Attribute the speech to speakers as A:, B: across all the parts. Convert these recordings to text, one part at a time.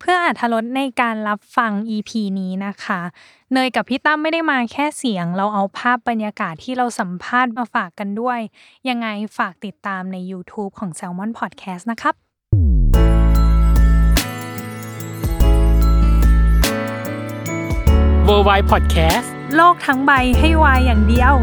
A: เพื่ออาธรสในการรับฟัง EP นี้นะคะ เนยกับพี่ตั้มไม่ได้มาแค่เสียง เราเอาภาพบรรยากาศที่เราสัมภาษณ์มาฝากกันด้วย ยังไงฝากติดตามใน YouTube ของ Salmon Podcast นะครับ
B: w o r l d w i d e Podcast
A: โลกทั้งใบให้วายอย่างเดียว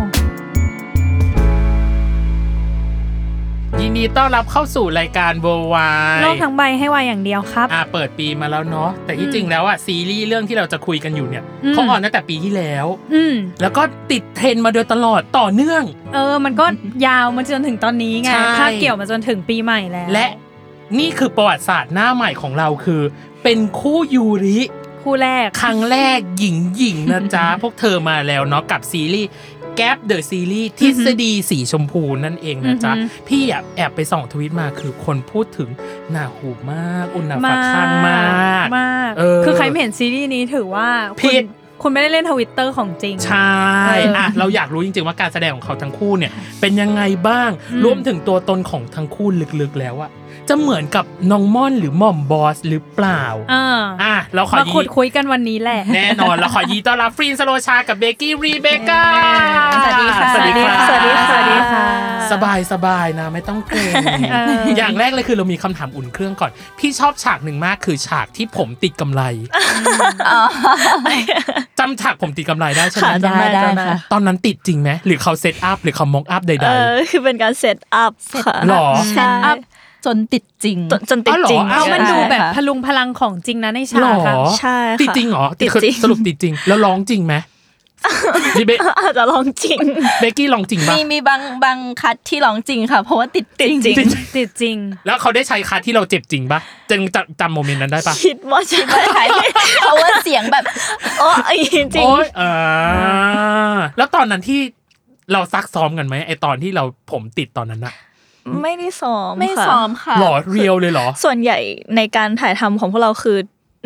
B: ยินดีต้อนรับเข้าสู่รายการ w o r l d w i d e
A: โลกทั้งใบให้วายอย่างเดียวครับ
B: อ่าเปิดปีมาแล้วเนาะแต่ที่จริงแล้วอะซีรีส์เรื่องที่เราจะคุยกันอยู่เนี่ย
A: อืม
B: เขาออนตั้งแต่ปีที่แล้ว
A: อืม
B: แล้วก็ติดเทรนด์มาโดยตลอดต่อเนื่อง
A: เออ มันก็ ยาวมาจนถึงตอนนี้ไง
B: ใช่
A: ภาคเกี่ยวมาจนถึงปีใหม่แล้ว
B: และนี่คือประวัติศาสตร์หน้าใหม่ของเราคือ เป็นคู่ยูริ
A: คู่แรก
B: ครั้งแรกหญิงหญิงนะ จ๊ะ พวกเธอมาแล้วเนาะกับซีรีส์แก๊ปเดอะซีรีส์ทฤษฎีสีชมพูนั่นเองนะจ๊ะ
A: อือหือ
B: พี่อะแอบไปส่องทวิตมาคือคนพูดถึงหนาหูมาก อุณห
A: มา
B: ภาคข้างมาก
A: มาก
B: เออ
A: คือใครไม่เห็นซีรีส์นี้ถือว่าคุณ
B: ผิด
A: คุณไม่ได้เล่นทวิตเตอร์ของจริง
B: ใช่อะ
A: เออ
B: เราอยากรู้จริงๆว่าการแสดงของเขาทั้งคู่เนี่ยเป็นยังไงบ้าง
A: อืม
B: รวมถึงตัวตนของทั้งคู่ลึกๆแล้วอะจะเหมือนกับน้องม่อนหรือหม่อมบอสหรือเปล่า
A: เอออ
B: อ่ะเราขอ
A: มา
B: ยี
A: ขุดคุยกันวันนี้แหละ
B: แน่นอนเราขอยีต้อนรับฟรีนสโลชากับเบกกี้รีเบกา
C: สวัสดีค่ะ
B: สวัสดีค่ะ
C: สวัสดีค่ะ
A: สวัสดีค่ะ
B: สบายสบายนะไม่ต้องเกรง
A: เอออ
B: อย่างแรกเลยคือเรามีคำถามอุ่นเครื่องก่อน พี่ชอบฉากหนึ่งมากคือฉากที่ผมติดกำไร
C: อ๋อ
B: จำฉากผมติดกำไรได้ใช่ไหม
C: ค่ะได้ได้
B: จำ
C: ค่ะ
B: ตอนนั้นติดจริงไหมหรือเขาเซตอัพหรือเขามองอัพใด
D: เออคือเป็นการเซตอัพค่ะ
B: หรอ
D: ใช่
C: อัพจนติดจริง
D: จนจนติด
B: อ๋อหรอ
D: จริง
B: เอา
A: เอามันดูแบบ
C: ใช่ค่ะ
A: พลุงพลังของจริงนะใน
B: ๆ
A: ฉาก
B: หร
A: อะ
B: อ
D: ใช่ค่ะ
B: ติดจริงเหรอ
D: ติดจริง
B: สรุปติดจริง แล้วร้องจริงไหมดิเบ
D: อาจจะลองจริง
B: เบกกี้ร้องจริงปะ
C: มีมีบางบางคัดที่ร้องจริงค่ะ เพราะว่าติดจริง
D: ติดจริง
A: ติดจริง
B: แล้วเขาได้ใช้คัดที่เราเจ็บจริงปะจำจำจำโมเมนต์นั้นได้ปะ
D: คิดว่าใช่
C: ใช่ เพราะว่าเสียงแบบ
D: โอ้ยจริง
B: โอ๊ยเออแล้วตอนนั้นที่เราซักซ้อมกันไหมไอตอนที่เราผมติดตอนนั้นอะ
D: ไม่ได้ซ้อม
C: ไม่
D: ค่ะ
C: ซ้อมค่ะ
B: หล่อเรียวเลยเหรอ
D: ส่วนใหญ่ในการถ่ายทำของพวกเราคือ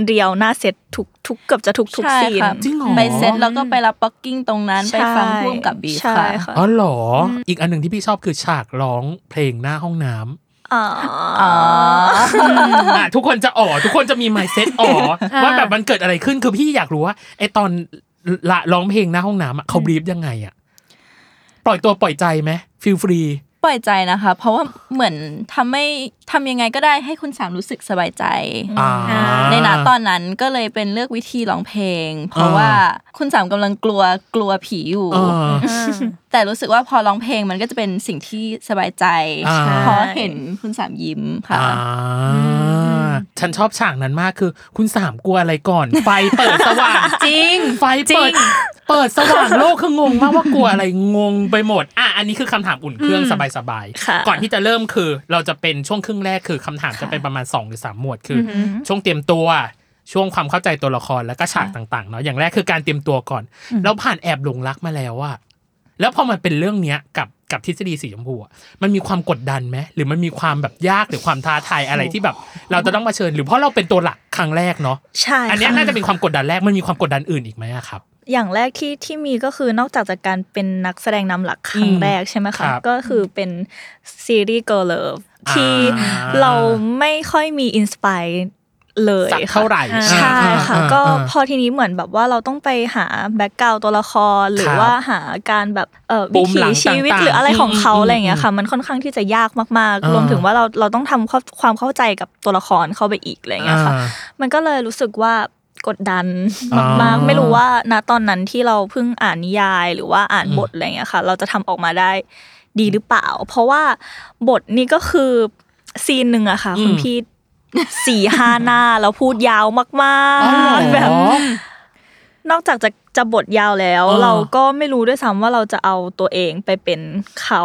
D: เรียวหน้าเซตทุกทุกเกือบจะทุกทุก
C: ใช่
D: ซีน
C: ค่ะ
B: จริงเหรอ
C: ไปเซตแล้วก็ไปรับบ็อกกิ้งตรงนั้นไปฟังพ่วงกับบีฟ
D: ใช่
C: ค่ะ
D: ค่ะ
B: อ๋อเหรอออีกอันหนึ่งที่พี่ชอบคือฉากร้องเพลงหน้าห้องน้
D: อ๋อ
C: อ๋อ
B: ำอ่ะทุกคนจะอ๋อทุกคนจะมีไมเซ็ตอ๋อ
A: อ่า
B: ว่าแบบมันเกิดอะไรขึ้นคือพี่อยากรู้ว่าไอตอนละร้องเพลงหน้าห้องน้ำอะเขาบรีฟยังไงอะปล่อยตัวปล่อยใจไหมฟิลฟรี
C: ปล่อยใจนะคะ เพราะว่าเหมือนทำให้ทำยังไงก็ได้ให้คุณสามรู้สึกสบายใจ
B: อ่า
C: ในนาตอนนั้นก็เลยเป็นเลือกวิธีร้องเพลง เพราะ
B: อ่า
C: ว่าคุณสามกำลังกลัวกลัวผีอยู่
B: เออ
C: แต่รู้สึกว่าพอร้องเพลงมันก็จะเป็นสิ่งที่สบายใจ
B: อ่า
C: เพราะเห็นคุณสามยิ้มค่ะ
B: อ่าฉันชอบฉากนั้นมากคือ คุณสามกลัวอะไรก่อน ไฟเปิดสว่าง
A: จริง
B: ไฟ
A: จริ
B: เปิด
A: ง
B: เปิดสว่างโลกคืองงมากว่ากลัวอะไรงงไปหมด อ่ะอันนี้คือคำถามอุ่นเครื่อง
A: อืม
B: สบาย
D: ค่ะ
B: ๆก่อนที่จะเริ่มคือเราจะเป็นช่วงครึ่งแรกคือคำถามจะเป็นประมาณ 2 หรือ 3 หมวดคืออช่วงเตรียมตัวช่วงความเข้าใจตัวละครแล้วก็ฉากต่างๆเนาะอย่างแรกคือการเตรียมตัวก่อน เราผ่านแอบหลงรักมาแล้วอะแล้วพอมันเป็นเรื่องเนี้ยกับกับทฤษฎีสีชมพูอะมันมีความกดดันไหมหรือมันมีความแบบยากหรือความท้าทายอะไรที่แบบ เราจะต้องมาเชิญ หรือเพราะเราเป็นตัวหลักครั้งแรกเนาะ
D: ใช่
B: อันเนี้ย
D: ค่
B: น่าจะเป็นความกดดันแรก มันมีความกดดันอื่นอีกไหมอะครับ
D: อย่างแรกที่ที่มีก็คือนอกจากจากการเป็นนักแสดงนำหลักครั้ง
B: อืม
D: แรกใช่ไหม
B: ครั
D: คะ
B: บ
D: ก็คือเป็นซีรีส์ Girl Love ที่
B: อ่
D: เราไม่ค่อยมีอินสปายเลย
B: สักเท่าไหร่
A: ค่ะ
D: ใช่ค่ะ
B: อ่า
D: ก็
B: อ่า
D: พอทีนี้เหมือนแบบว่าเราต้องไปหาแบ็กกราวตัวละคร หรื
B: ค
D: อ
B: รับ
D: ว่าหาการแบบเอ่อ
B: ปุ่
D: วิ
B: มหลั
D: ถี
B: ง
D: ชีวิต
B: ต่างๆ
D: หรืออะไรของเขา
B: อืม
D: อะไรอย่างเงี้ยค่ะ
B: อืม
D: มันค่อนข้างที่จะยากมาก
B: อ่า
D: ๆ รวมถึงว่าเราเราต้องทำความความเข้าใจกับตัวละครเข้าไปอีกอะไรอย่างเงี้ยค่ะ
B: อ่า
D: มันก็เลยรู้สึกว่ากดดันมาก
B: อ๋อ
D: ๆ ไม่รู้ว่าณตอนนั้นที่เราเพิ่งอ่านนิยายหรือว่าอ่าน
B: อืม
D: บทอะไรอย่างเงี้ยค่ะ เราจะทำออกมาได้ดีหรือเปล่า เพราะว่าบทนี้ก็คือซีนหนึ่งอะค่ะ คุณ
B: อืม
D: พี่ สี่ห้าหน้าแล้วพูดยาวมา
B: อ๋อเหรอ
D: กๆแบบ นอกจากจะจะบทยาวแล้ว
B: เออ
D: เราก็ไม่รู้ด้วยซ้ำว่าเราจะเอาตัวเองไปเป็นเขา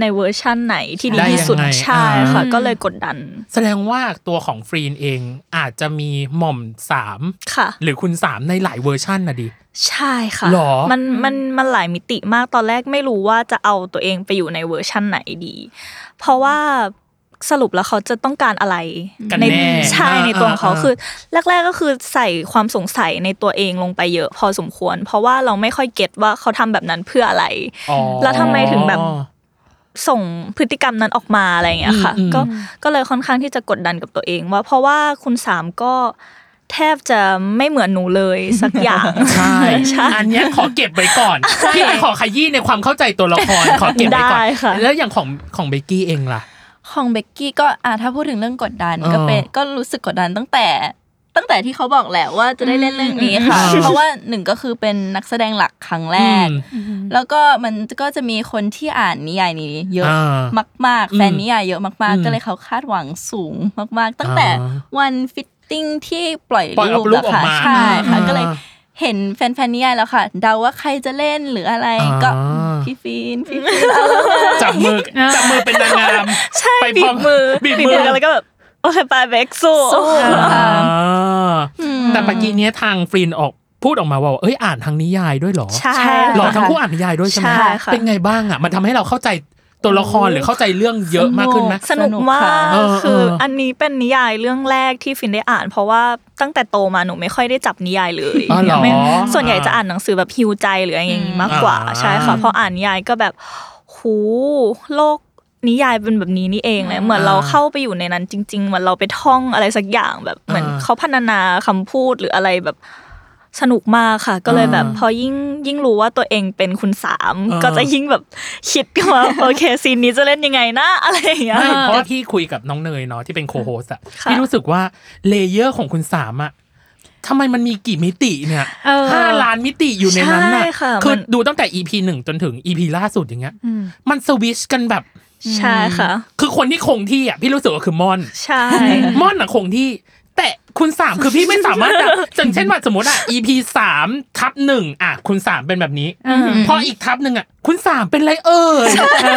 D: ในเวอร์ชั่นไหนที่ดี
B: ได้
D: ที่สุด
B: ยังไง
D: ใช่ค่ะ
B: อ่า
D: ก็เลยกดดัน
B: แสดงว่าตัวของฟรีนเองอาจจะมีหม่อมสาม
D: ค่ะ
B: หรือคุณสามในหลายเวอร์ชั่นนะดิ
D: ใช่ค่ะ
B: หรอ
D: มันมันมันหลายมิติมากตอนแรกไม่รู้ว่าจะเอาตัวเองไปอยู่ในเวอร์ชั่นไหนดี เพราะว่าสรุปแล้วเขาจะต้องการอะไร
B: กัน
D: ใน
B: แน่
D: ใช่ในตัวของเขา
B: อ่า
D: คือ แรก ๆก็คือใส่ความสงสัยในตัวเองลงไปเยอะพอสมควร เพราะว่าเราไม่ค่อยเก็ตว่าเขาทำแบบนั้นเพื่ออะไร
B: อ๋อ
D: แล้วทำไมถึงแบบ ส่งพฤติกรรมนั้นออกมาอะไรอย่างเงี้ยค่ะ
B: อืมอืม
D: ก็ก็เลยค่อนข้างที่จะกดดันกับตัวเองว่าเพราะว่าคุณสามก็แทบจะไม่เหมือนหนูเลยสักอย่าง
B: ใช่
D: ใช่
B: อันเนี้ยขอเก็บไว้ก่อน พี่ไปขอขยี้ในความเข้าใจตัวละค รขอเก็บไว้ก่อน
D: ได้ค่ะ
B: แล้วอย่างของของเบกกี้เองล่ะ
C: ของเบกกี้ก็อ่ะถ้าพูดถึงเรื่องกดดัน
B: เออ
C: ก็เป็นก็รู้สึกกดดันตั้งแต่ ตั้งแต่ที่เขาบอกแหละว่าจะได้เล่นเรื่องนี้ค่ะ
B: อืม
C: เพราะว่าหนึ่งก็คือเป็นนักแสดงหลักครั้งแรก
B: อืม
C: แล้วก็มันก็จะมีคนที่อ่านนิยายนี้เยอะ
B: อ่าม
C: มาก
B: อืม
C: ๆแฟนนิยายเยอะมาก
B: อืม
C: ๆ ก็เลยเขาคาดหวังสูงมากๆ ตั้งแต่
B: อ่า
C: วันฟิตติ้งที่ปล่อย
B: ปล่อย
C: รูป
B: รูป
C: แล้ว
B: ออ
C: ค่ะ
B: กมา
C: ใช่ค่ะ
B: อ่า
C: ก็เลยเห็นแฟนๆนิยายแล้วค่ะ เดาว่าใครจะเล่นหรืออะไร
B: อ่า
C: ก็พี่ฟีนพี่ฟีนเอาละ
B: จับมือจับมือเป็นนางงาม
D: ใช่
B: ไปพ
D: บี
B: ร้อบ ม
D: มือ
B: บีบมือ
D: กันแล้วก็แบบ โอเคไปเบกสู้
C: สู้
B: อ่า
C: อืม
B: แต่ปกี้เนี้ยทางฟรีนออกพูดออกมาว่าเอ้ยอ่านทางนิยายด้วยเหรอ
D: ใช่
B: หรอ
D: ค่ะ
B: ทั้งคู่อ่านนิยายด้วยใช่ไหม
D: ใช่ค่ะ
B: เป็นไงบ้างอ่ะ มันทำให้เราเข้าใจตัวละครหรือเข้าใจเรื่องเยอะมากขึ้นไหม
D: สนุกมาก
B: เออ
D: คือ
B: เอออั
D: อันนี้เป็นนิยายเรื่องแรกที่ฟินได้อ่าน เพราะว่าตั้งแต่โตมาหนูไม่ค่อยได้จับนิยายเลย
B: อ๋อเหรอ
D: ไม่ส่วนใหญ่จะอ่านหนังสือแบบฮิวใจหรืออะไรอย่างนี้มากกว่า
B: อ่า
D: ใช่ค่ะพออ่านนิยายก็แบบหูโลกนิยายเป็นแบบนี้นี่เองเลยเหมือนเราเข้าไปอยู่ในนั้นจริงๆเหมือนเราไปท่องอะไรสักอย่างแบบเหมือนเขาพัฒนาคำพูดหรืออะไรแบบสนุกมากค่ะ ก็เลยแบบพอยิ่งยิ่งรู้ว่าตัวเองเป็นคุณสาม
B: อ่า
D: ก็จะยิ่งแบบคิดกันว่าโอเคซีนนี้จะเล่นยังไงนะอะไรอย่างเงี้ย
B: ไม่เพราะว่าพี่คุยกับน้องเนยเนาะที่เป็นโคโฮสอะ
D: ค่ะ
B: พี่รู้สึกว่าเลเยอร์ของคุณสามอะทำไมมันมีกี่มิติเนี่ย
A: เออ
B: ห้าล้านมิติอยู่ในนั้นน่ะ
D: ใช่ค่ะ
B: คือ
D: มัน
B: ดูตั้งแต่ EP หนึ่งจนถึง EP ล่าสุดอย่างเงี้ย
A: อืม
B: มันสวิชกันแบบ
D: ใช่ค่ะ
B: คือคนที่คงที่อ่ะพี่รู้สึกว่าคือมอน
D: ใช่
B: ม่อนอะคงที่ แต่คุณสามคือพี่ไม่สามารถ จะ อย่างเช่นว่าสมมติอ่ะ EP สามทับหนึ่งอ่ะคุณสามเป็นแบบนี้
A: อืม
B: พออีกทับหนึ่งอ่ะ คุณสามเป็นไรเอ่ยเออ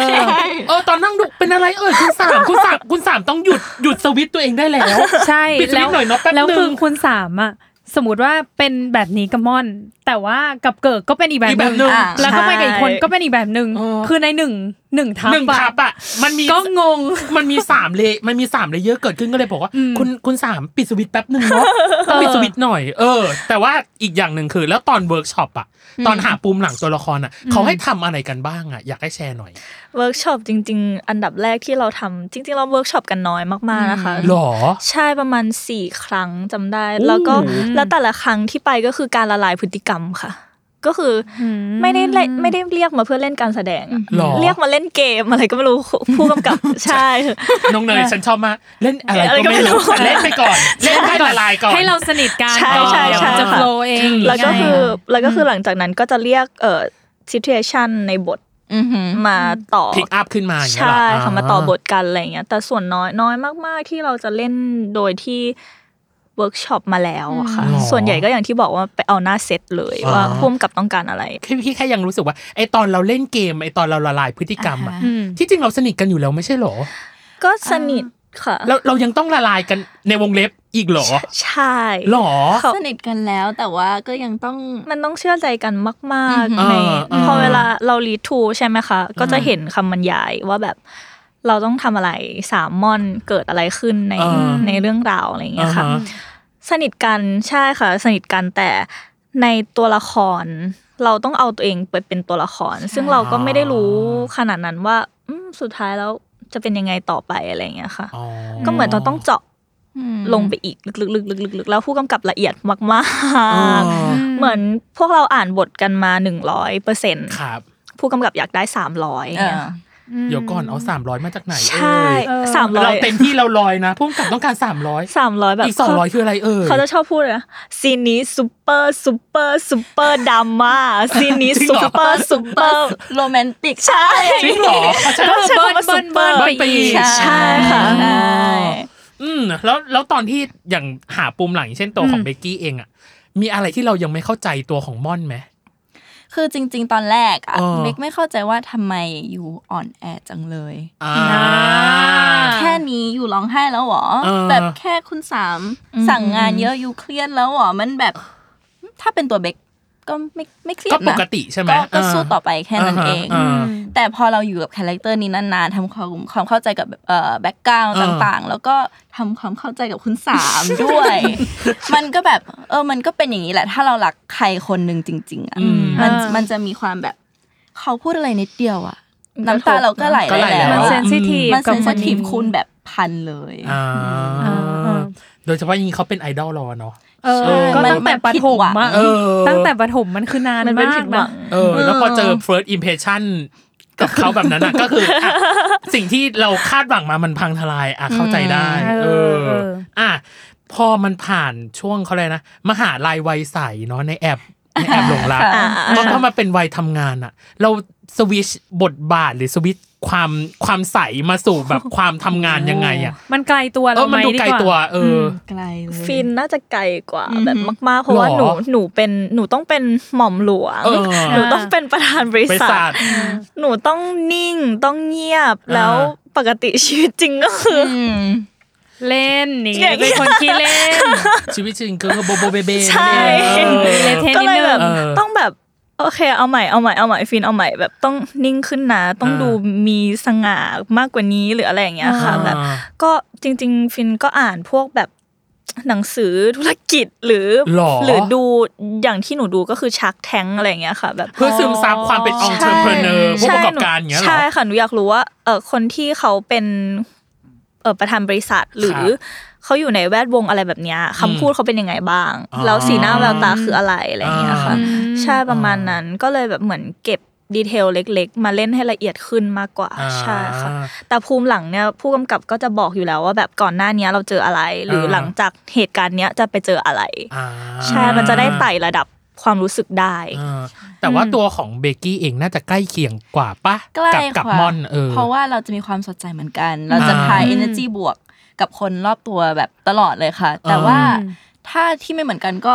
B: เออตอนนั่งดูเป็นอะไรเอ่ยคุณสามคุณสามคุณสามต้องหยุดหยุดสวิตช์ตัวเองได้แล้ว
A: ใช่
B: ปิดสวิตช์หน่อยเนอะแป๊บ
A: แล้ว
B: นึง
A: คือคุณสามอ่ะสมมติว่าเป็นแบบนี้กับมอน แต่ว่ากับเกิกก็เป็นอีกแบบ
B: อีกแบบ
A: หนึ่ง
B: หนึ่ง
C: อ่ะ
A: แล้วก็ไปกับอีกคน
D: ใช่
A: ก็เป็นอีกแบบหนึ่ง
B: เออ
A: คือในหนึ่งหนึ่งทับ
B: หนึ่ง
A: อะ
B: ทับอ่ะมันมี
A: ก็งง
B: มันมีสามเลมันมีสามเลเยอร์เกิดขึ้นก็เลยบอกว่า
A: อืม
B: คุณคุณสามปิดสวิตช์แป๊บหนึ่งเนาะต้องปิดสวิตช์หน่อย เออ แต่ว่าอีกอย่างหนึ่งคือ แล้วตอนเวิร์กช็อปอะตอนหาปุ่มหลังตัวละครอะเขาให้ทำอะไรกันบ้างอะอยากให้แชร์หน่อย
D: เวิร์กช็อปจริง ๆ อันดับแรกที่เราทำจริง ๆ เราเวิร์กช็อปกันน้อยมากๆนะคะ
B: หรอ
D: ใช่ประมาณ 4 ครั้งจำได้ แล้วก็
B: อืม
D: แล้วแต่ละครั้งที่ไปก็คือการละลายพฤติกรรมค่ะ ก็คืออ
A: ม
D: ไม่ได้เล่นไม่ได้เรียกมาเพื่อเล่นการแสดงอะ
B: หรอ
D: เรียกมาเล่นเกมอะไรก็ไม่รู้ ผู้กำ กับ ใช่
B: น้องเนยฉันชอบมากเล่นอะไร
D: อะไร
B: ก็
D: ก็ไม่
B: ไม่รู้
D: รู้
B: แต่เล่นไปก่อนเล่นให้ละลายก่อน
A: ให้เราสนิทกัน
D: ใช่
A: ก่อน
D: ใช่
A: เดี๋ยว
D: ใช่
A: มันจะ
D: ค่ะ
A: โฟลว์เอง
D: แล้วก็คือ
A: ไง
D: แล้วก็คือหลังจากนั้นก็จะเรียกเอ่อซิทูเอชันในบท
C: อือหือ
D: มาต่อ
B: พิกอัพขึ้นมาอย่างเงี้ย
D: ใช่
B: เหรออ่
D: ค่ะมาต่อบทกันอะไรอย่างเงี้ย แต่ส่วนน้อยน้อยมาก ๆ ที่เราจะเล่นโดยที่เวิร์กช็อปมาแล้วอะค่ะ
B: อืมหรอ
D: ส่วนใหญ่ก็อย่างที่บอกว่าไปเอาหน้าเซตเลย
B: อ๋อ
D: ว่าพุ่มกับต้องการอะไร
B: คือพี่แค่ยังรู้สึกว่าไอตอนเราเล่นเกมไอตอนเราละลายพฤติกรรมอะ
C: อ่า
A: อืม
B: ที่จริงเราสนิทกันอยู่แล้วไม่ใช่เหรอ
D: ก็สนิทค่ะ
B: แล้วเรายังต้องละลายกันในวงเล็บอีกเหรอ
D: ใช่
B: หรอ
C: สนิทกันแล้วแต่ว่าก็ยังต้อง
D: มันต้องเชื่อใจกันมาก
C: อื
D: ๆ
C: ม
D: ใน
B: อ่า
D: พอ
B: อ่า
D: เวลาเรารีทูใช่ไหมคะ ก็จะเห็นคำบรรยายว่าแบบเราต้องทำอะไรสามมอนเกิดอะไรขึ้นใน
B: อ่า
D: ในเรื่องราวอะไรอย่างเงี้ยค่ะ
B: อ่าฮ
D: สนิทกันใช่ค่ะ สนิทกันแต่ในตัวละคร เราต้องเอาตัวเองไปเป็นตัวละคร ซึ่งเราก็ไม่ได้รู้ขนาดนั้นว่าอืมสุดท้ายแล้วจะเป็นยังไงต่อไปอะไรอย่างเงี้ยค่ะ ก็เหมือนเราต้องเจาะลงไปอีกลึกๆๆๆๆแล้วผู้กำกับละเอียดมากๆ เหมือนพวกเราอ่านบทกันมา 100เปอร์เซ็น
B: ครับ
D: ผู้กำกับอยากได้ 300อย่าง
C: เอ
D: เงี้ย
C: อ
B: เดี๋ยวก่อนเอาสามร้อยมาจากไหน
D: ใช่
B: เอ่ย
D: สามร้อ
B: เรา
D: ย
B: เต็มที่เราลอยนะพุ่มกับต้องการสามร้อย
D: สามร้อยแบบ
B: อีกสองร้อยคืออะไรเอ่ย
D: เขาจะชอบพูดเลยนะซีนนี้ซูเปอร์ซูเปอร์ซูเปอร์ดราม่าซีนนี้
B: จริง
D: ซู
B: เหรอ
D: เปอร์ซูเปอ ร์
C: โรแมนติก
D: ใช่
B: จริงเหรอเขาจะ
A: ก็เบิ้ลเบิ้ลเบิ้ล
B: เบิ้ลไป
A: ไป
B: อี
A: อี
B: ก
A: ก
D: ใช่ค่ะ
B: ใช่ อืมแล้วแล้วตอนที่อย่างหาปุ่มหลังอย่างเช่นตัวของ
A: อืม
B: เบกกี้เองอะมีอะไรที่เรายังไม่เข้าใจตัวของม่อนไหม
C: คือจริง ๆ ตอนแรกอะ
B: อ๋อ
C: เบกไม่เข้าใจว่าทำไมอยู่อ่อนแอจังเลย
B: อ่า
C: แค่นี้อยู่ร้องไห้แล้วเหรอ
B: เออ
C: แบบแค่คุณสาม
D: อืม
C: สั่งงานเยอะอยู่เครียดแล้วเหรอ มันแบบ ถ้าเป็นตัวเบกก็ไม่ไม่เครียด
B: ก็
C: นะ
B: ปกติใช่ไหม
C: ก็ก็
B: า
C: สู้ต่อไปแค่นั้นเอง
B: อ่าฮะ
C: แต่พอเราอยู่กับคาแรคเตอร์นี้นานๆทำความความเข้าใจกับแบบเอ่อแบ็กกราว
B: เออ
C: ต่างๆ แล้วก็ทำความเข้าใจกับคุณสาม ด้วย มันก็แบบเออมันก็เป็นอย่างนี้แหละ ถ้าเรารักใครคนหนึ่งจริง ๆอ่ะ
B: อืม
C: มัน
A: อ่ามั
C: มันจะมีความแบบเขาพูดอะไรนิดเดียวอ่ะ น้ำตาเราก็ไหล
B: ก็ไหล
C: ได้
B: แล้
C: แล้ว
A: มัน
C: วอะ
A: เซนซิทีฟ
C: มัน
A: กับค
C: เซนส
A: น
C: ที
A: นี้
C: ฟคุณแบบพันเลย
B: อ่า
A: อ่าอ่า
B: โดยเฉพาะยิ่งเขาเป็นไอดอลเราอะเนาะ
A: เออ
B: ใช่
A: ก็
B: มัน
A: ตั้งแต่ป
C: มันผิด
A: ฐม
C: หวัง
A: อะ
B: เออ
A: ตั้งแต่ปฐมมันคือนาน
D: มันเป็น
A: มา
D: ผิ
A: ก
D: ดหวั
A: นะ
D: ง
B: เออ แล้วพอเจอ first impression กับเขาแบบนั้นอะก็คืออ่ะสิ่งที่เราคาดหวังมามันพังทลายอ่ะเข้าใจได้ เอ
A: เออ
B: อ
A: เออ
B: อ่ะพอมันผ่านช่วงเขาเลยกนะ มหาลัยวัยใสเนาะในแอปในแอปหลงรัก
C: อ่า
B: ตอนเข้ามาเป็นวัยทำงานอะเราสวิชบทบาทหรือสวิชความความใสมาสู่แบบความทำงานยังไงอะ
A: มันไกลตัว
B: เอ
A: เรา
B: อ
A: ไหม
B: มันดู
A: ดี
B: ไกล
A: กว่า
B: ตัวเออ
C: ไกลเลย
D: ฟินน่าจะไกลกว่า
C: อือหือ
D: แบบมาก ๆ เพราะว่า
B: ห
D: ห
B: ร
D: นู
B: อ
D: หนูเป็นหนูต้องเป็นหม่อมหลวง
B: เออ
D: หนูต้องเป็นประธานบริ
B: ไป
D: ษั
B: ศา
D: ท
B: สตร์
D: หนูต้องนิ่งต้องเงียบ
B: อ่า
D: แล้วปกติชีวิตจริงก็คืออ
A: เล่นนี่
D: อย่างเงี้
A: เป็น
D: ย
A: คนขี้เล่น
B: ชีวิตจริงก็คือโบโบเบเบ้
D: ใช่
B: นั่นเองเออ
A: เทนนิส
D: ก็เลยแบบ
B: เออ
D: ต้องแบบโอเคเอาใหม่เอาใหม่เอาใหม่ฟินเอาใหม่แบบต้องนิ่งขึ้นนะ ต้อง
B: อ่า
D: ดูมีสง่ามากกว่านี้หรืออะไรอย่างเงี้ยค่ะแบบ ก็จริง ๆ ฟินก็อ่านพวกแบบหนังสือธุรกิจหรือ
B: หรอ
D: รือดูอย่างที่หนูดูก็คือชักแทงอะไรอย่างเงี้ยค่ะ แบบ
B: เพื่อซึมซับความเป็นองค์เทอร์เพเนอร์ผู้
D: ใช่
B: ประกอบ
D: หนู
B: การอย่างเงี้ยเหรอ
D: ใช่ค่ะหนูอยากรู้ว่าเออคนที่เขาเป็นเออประธานบริษัทหรือเขาอยู่ในแวดวงอะไรแบบเนี้ยคำพูดเขาเป็นยังไงบ้าง
B: อ๋อ
D: แล้วสีหน้าแววตาคืออะไรอะไรอย่างเงี้ยค่ะ
B: อื
D: ใช่ประมาณนั้นก็เลยแบบเหมือนเก็บดีเทลเล็ก ๆ มาเล่นให้ละเอียดขึ้นมากกว่า
B: อ่า
D: ใช่ค่ะ แต่ภูมิหลังเนี่ยผู้กำกับก็จะบอกอยู่แล้วว่าแบบก่อนหน้าเนี้ยเราเจออะไร หรือ
B: เออ
D: หลังจากเหตุการณ์เนี้ยจะไปเจออะไร
B: อ่า
D: ใช่ มันจะได้ไต่ระดับความรู้สึกได้
B: อ่าแต่ว่าตัวของเบกกี้เองน่าจะใกล้เคียงกว่าปะ
C: ใกล้
B: กับกับ
C: กว่าม
B: อนเออ
C: เพราะว่าเราจะมีความสดใจเหมือนกัน เราจะ
B: อ่า
C: พาย energy บวกกับคนรอบตัวแบบตลอดเลยค่ะ แต่ว่าถ้าที่ไม่เหมือนกันก็